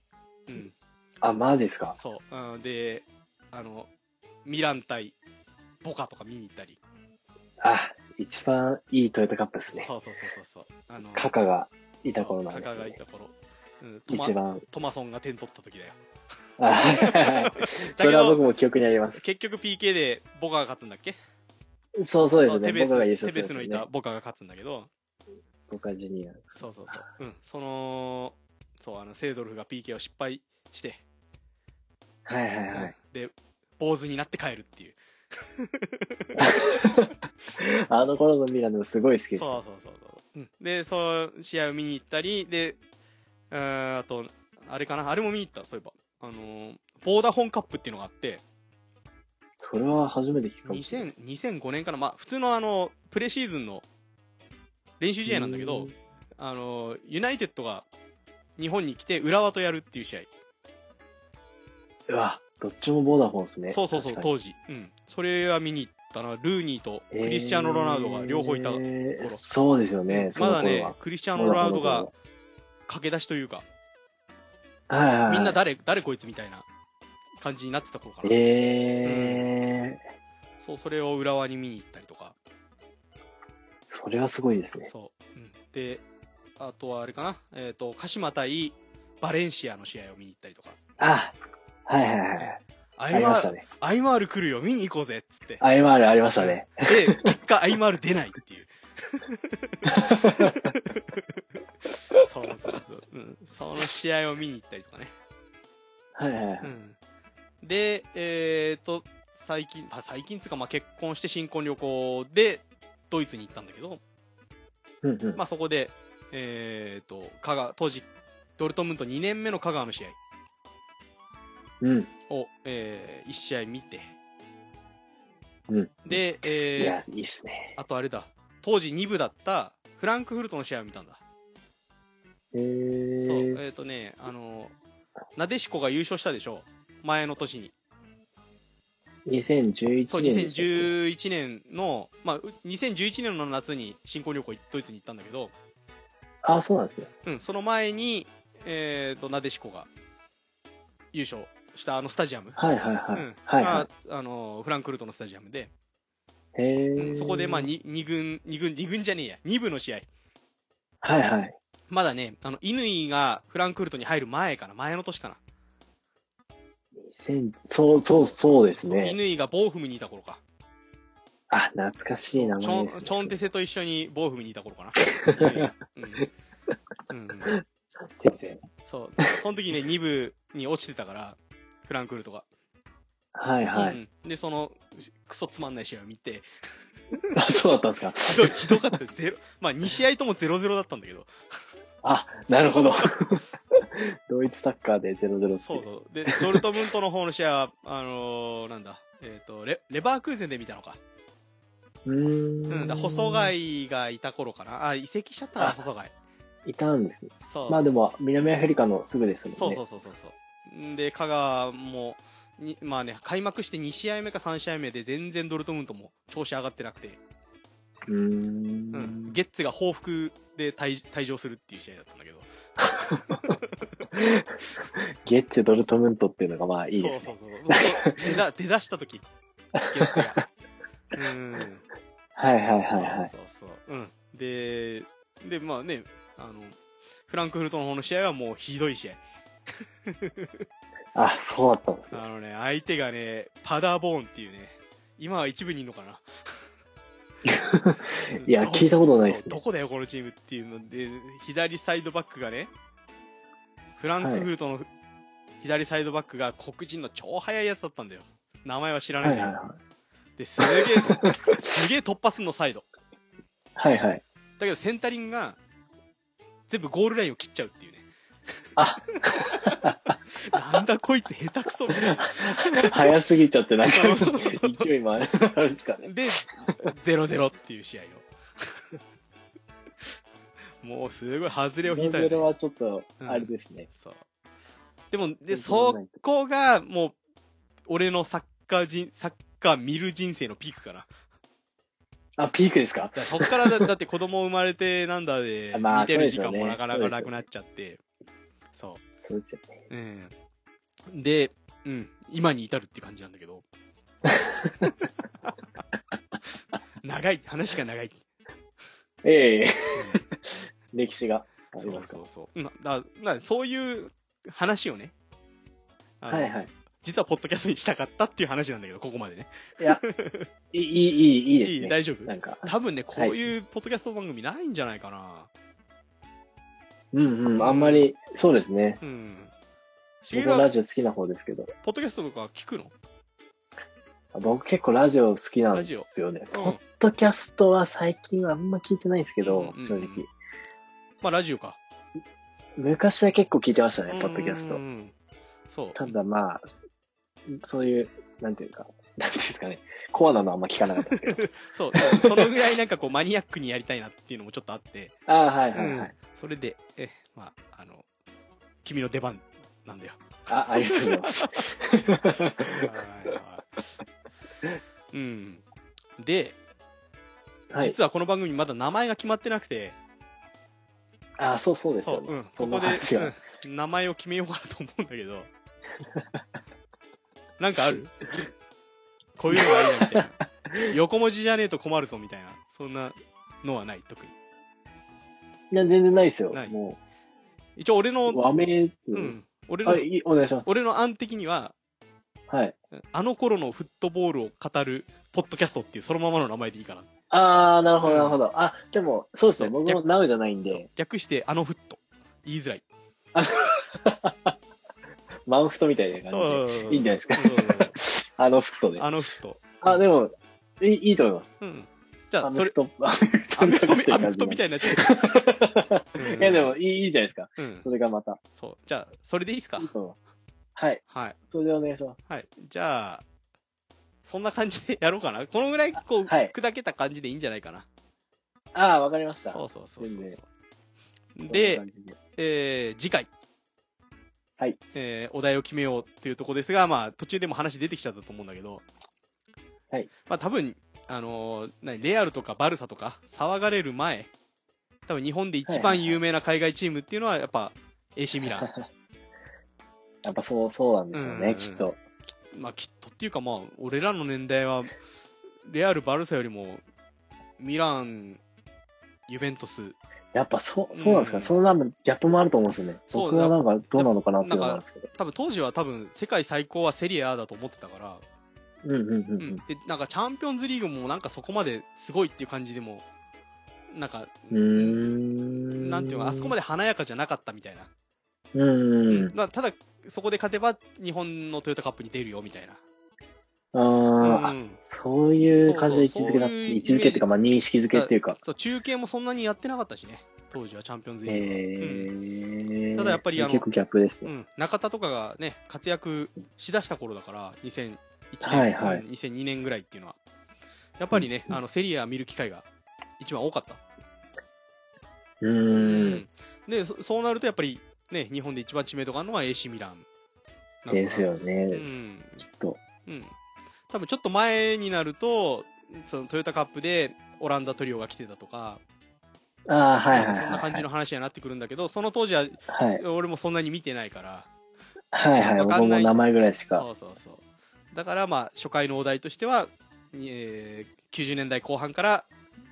うん、あ、マジですか。そう、うん、であのミラン対ボカとか見に行ったり、あ、一番いいトヨタカップですね。そうそうそうそうそうあのカカがいた頃なんそでうすカカよがいね。た頃、うん、トマ一番。トマソンが点取った時だよあはいはい はいそれは僕も記憶にあります。結局 PK でボカが勝つんだっけそうそうですテね。ベス僕が優勝テベするやつスのねいたボカが勝つんだけど僕はジュニア。そうそうそう、うん、そのそうあのセイドルフが PK を失敗してはいはいはい。で坊主になって帰るっていうあの頃のミラノすごい好きです。そうそうそうそう、うん、でそう試合を見に行ったりでうーんあとあれかなあれも見に行ったそういえばあのーボーダフォンカップっていうのがあってそれは初めて聞くかもしれない。 2000 2005年からまあ普通のあのプレシーズンの練習試合なんだけうどんあのーユナイテッドが日本に来て浦和とやるっていう試合うわ、どっちもボーダフォンですね。そうそうそう確かに当時、うん、それは見に行ったなルーニーとクリスチャーノ・ロナウドが両方いた、えー頃そうですよね。そまのだ頃ねは。クリスチャーノ・ロナウドが駆け出しというかはいはいはい。みんな誰、誰こいつみたいな感じになってた頃から、えー、そう、それを浦和に見に行ったりとか、それはすごいですね。そう、うん、で、あとはあれかな、えっ、と、鹿島対バレンシアの試合を見に行ったりとか、あ、はいはいはい。アあイりマましたール、ね。アイマール来るよ、見に行こうぜっつって。あれもあるありましたね。で、結果、アイマール出ないっ ていう。そうそうそう、うん。その試合を見に行ったりとかね。はいはいはうい。ん。で、えーと、最近、あ最近っつうか、まあ、結婚して新婚旅行で、ドイツに行ったんだけど、うんうん。まあ、そこで、えーと、香川、当時、ドルトムント2年目の香川の試うん。合を、え1試合見て、うん。で、いえや、いいっすね。ー、あとあれだ、当時2部だった、フランクフルトの試合を見たんだ。えそう、えっ、ー。とね、あの、なでしこが優勝したでしょ前の年に。 2011年。そう、。2011年の、まあ、う2011年の夏に新婚旅行ドイツに行ったんだけど、あ、そうなんですね。うん、その前に、えっ、と、なでしこが優勝したあのスタジアム。はいうはいんはい。はいがはあのフランクフルトのスタジアムで、い。へうんー。そこで、まあ、2, 軍二軍二軍じゃねえや2部の試合はいはい。まだねあの乾がフランクフルトに入る前かな前の年かな2000そうそうそうです乾、ね。がボーフムにいた頃かあ、懐かしい名チョ前ンですね。チョンテセと一緒にボーフムにいた頃かな。うんうんテセ。そう。その時ね、2部に落ちてたから、フランクフルトが。はいはうい。んで、その、クソつまんない試合を見て、あ、 そうだったんでひすか。どいひどかったよゼロ。まあ、2試合とも0-0だったんだけど。あ、なるほど。 ドイツサッカーで0-0って。そうそう。で、ドルトムントの方の試合は、あのーなんだ、えっ、とレ、レバークーゼンで見たのか。ううーん。ん。だ細。貝がいた頃かな。あ、移籍しちゃったかな、あ細貝。いたんですね。そう。まあでも、南アフリカのすぐですもんね。そうそうそうそうそう。んで、香川も、にまあね、開幕して2試合目か3試合目で全然ドルトムントも調子上がってなくて、う。うーうんん、。ゲッツが報復で退退場するっていう試合だったんだけど、ゲッチェ・ドルトムントっていうのがまあいいですそね。うそうそう出だ出だした時ゲッツが。うん、はいはいはいはい。そうそうそう、うん、で、で、まあね、あの、フランクフルトの方の試合はもうひどい試合。あ、そうだったんですね。あのね、相手がね、パダーボーンっていうね、今は一部にいるのかな。 いや、ど聞いたことないですそうどね。こだよ、このチームっていうので、左サイドバックがね、フランクフルトの左サイドバックが黒人の超速いやつだったんだよ。名前は知らはないいんはいだはよい。。で、すげえ、 すげえ突破すんの、サイド。はいはい。だけど、センタリングが、全部ゴールラインを切っちゃうっていうね。あ なんだこいつ、下手くそみたいな。早すぎちゃって、なんか そうそうそう勢いもあるんですかね。で、0-0っていう試合を。 もう、すごい、外れを引いたよ、 0-0ね。はちょっと、あれですね。そう。でも、で、そこが、もう、俺のサッカー人、サッカー見る人生のピークかな。あ、ピークですかだからそっからだ、だ って子供生まれてなんだで、 まあ見てる時間もなかなそかうですよねなくなっちゃって。そう。そうですよね。ええで、うん、今に至るって感じなんだけ ど。長い、話が長い。ええ歴史がありそまうすかそうそう。なだだそういう話をね、あのはいはい。実はポッドキャストにしたかったっていう話なんだけど、ここまでね。いい、いい、いい、いいですいね。い大丈夫なんか、多分ね、こういうポッドキャスト番組ないんじゃないかな。うんうん、あんまり、そうですね。うん。しげ僕るもはラジオ好きな方ですけど、ポッドキャストとか聞くの僕結構ラジオ好きなんですよね。ジオポッドキャストは最近はあんま聞いてないんですけど、うんうん正うん直。まあ、ラジオか。昔は結構聞いてましたね、ポッドキャスうトん。うんうん。そう。ただまあ、そういう、なんていうか、なんていうんですかね、コアなのはあんま聞かなかったですけど。そう。だからそのぐらいなんかこう、マニアックにやりたいなっていうのも ちょっとあって。ああ、はいはいはい。それで、え、まあ、あの、君の出番なんだよ。あ、ありがとうございます。うん。で、はい。実はこの番組まだ名前が決まってなくて、ああ、そうそうですよう、うねん。、そこんこなで話が。、うん名前を決めようかなと思うんだけど、なんかあるこういうのがいいなみたいな。横文字じゃねえと困るぞみたいな、そんなのはない、特に。いや、全然ないですよない。も一応俺う、の、アメ、うん、俺のあ、いい、お願いします。俺の案的には、はい。あの頃のフットボールを語るポッドキャストっていうそのままの名前でいいかな。あー、なるほど、なるほど。あ、でも、そうですね。そう僕もナウじゃないんそうで、略してあのフット。言いづらい。マウフトみたいな感じで。そう。いいんじゃないですかそうそうそうあのフットで。あのフット。あ、でも、いいいいと思います。うん。じゃああ、のそれ、フット、アメフトアにメフトみアメかかってる感フじトみたいになっちゃう。うんいや、でも、いい、いいじゃないですか。うん。それがまた。そう。じゃあ、それでいいですかいいと思いますはい。はい。それでお願いします。はい。じゃあ、そんな感じでやろうかな。このぐらい、こう、はい砕けた感じでいいんじゃないかな。ああ、わかりました。そうそうそうそう全そう。こでん、な感じでえー次回。はい。えーお題を決めようっていうところですが、まあ、途中でも話出てきちゃったと思うんだけど。はい。まあ、多分、あのー何、レアルとかバルサとか、騒がれる前、多分日本で一はいはい番はい有名な海外チームっていうのは、やっぱ、AC ミラ ー。やっぱそう、そうなんでしょううんうんね、きっと。まあ、きっとっていうか、まあ、俺らの年代は、レアル、バルサよりも、ミラン、ユベントス、やっぱそう、そうなんですか、うんそのなんかギャップもあると思うんですよね。そう僕はなんかどうなのかなっていうのがあるんですけど。多分当時は多分世界最高はセリアだと思ってたから、うんうんううんんうん。でなんかチャンピオンズリーグもなんかそこまですごいっていう感じでもなんか、うーん。なんていうのあそこまで。で華やかじゃなかったみたいな、うんうん。まあただそこで勝てば日本のトヨタカップに出るよみたいな、あうんーあ、そういう感じで位置づけそだうそうそういう位置づけっていうか、まあ認識づけっていうか。そう中継もそんなにやってなかったしね当時はチャンピオンズリーグは、えーただやっぱりあの結構ギャップですうね。んうん中田とかがね活躍しだした頃だから2001年、はいはいうん2002年ぐらいっていうのはやっぱりね、あのセリア見る機会が一番多かったうーん。でそそうなるとやっぱり、ね、日本で一番知名度があるのは AC ミランなのかなですよねう。ん、きっと。うん、多分ちょっと前になるとそのトヨタカップでオランダトリオが来てたとか、ああ、はいはいそんなは。感じの話になってくるんだけどその当時はいはい俺もそんなに見てないからはいはい。わか僕んないも名前ぐらいしか。そうそうそうだからまあ初回のお題としては、えー90年代後半から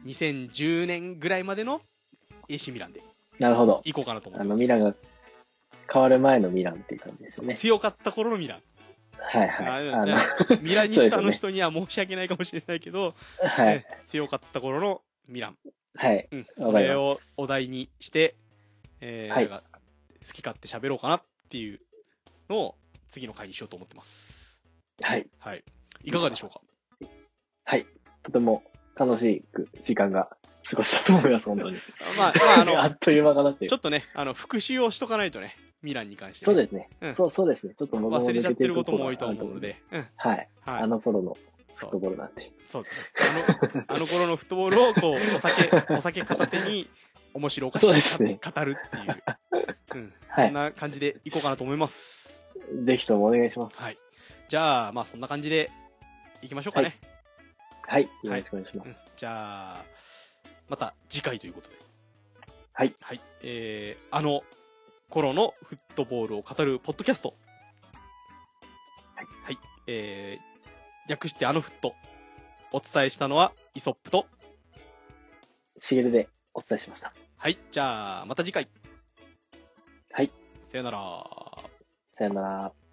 2010年ぐらいまでの AC ミランでなるほど。行こうかなと思っあての、まミランが変わる前のミランっていう感じですす、よね。強かった頃のミランはいはい。ああでのも、ミラニスタそうですよのね人には申し訳ないかもしれないけど、 はねい。強かった頃のミラン、はい。うん、わそかりますれをお題にして、えーはいなんか好き勝手喋ろうかなっていうのを次の回にしようと思ってます。はい。はい、いかがでしょうかとても楽しく時間が過ごしたと思います、本当に。まあ、 あまあ、あのっという間かなっていうちょ。っとねあの復習をしとかないとねミランに関してそね、うですねうん。そうそうですね。ちょっと僕も忘れちゃってることも多い抜けとてる思うので、うんところがあると思う。はい。はい、あの頃のそうところなんで。そうですね。あの、 あの頃のフットボールを、こう、お酒、お酒片手に、面白おかしそうでくすね語るっていう、うん、 はいそんな感じでいこうかなと思います。ぜひともお願いします。はい。じゃあ、まあそんな感じでいきましょうかね。はい。よろしくお願いします。うん、じゃあ、また次回ということで。はい。はい。えー、あの頃のフットボールを語るポッドキャスト。はい。はい。えー、略してあのフット。お伝えしたのは、イソップと、しげるでお伝えしました。はい、じゃあ、また次回。はい。さよなら。さよなら。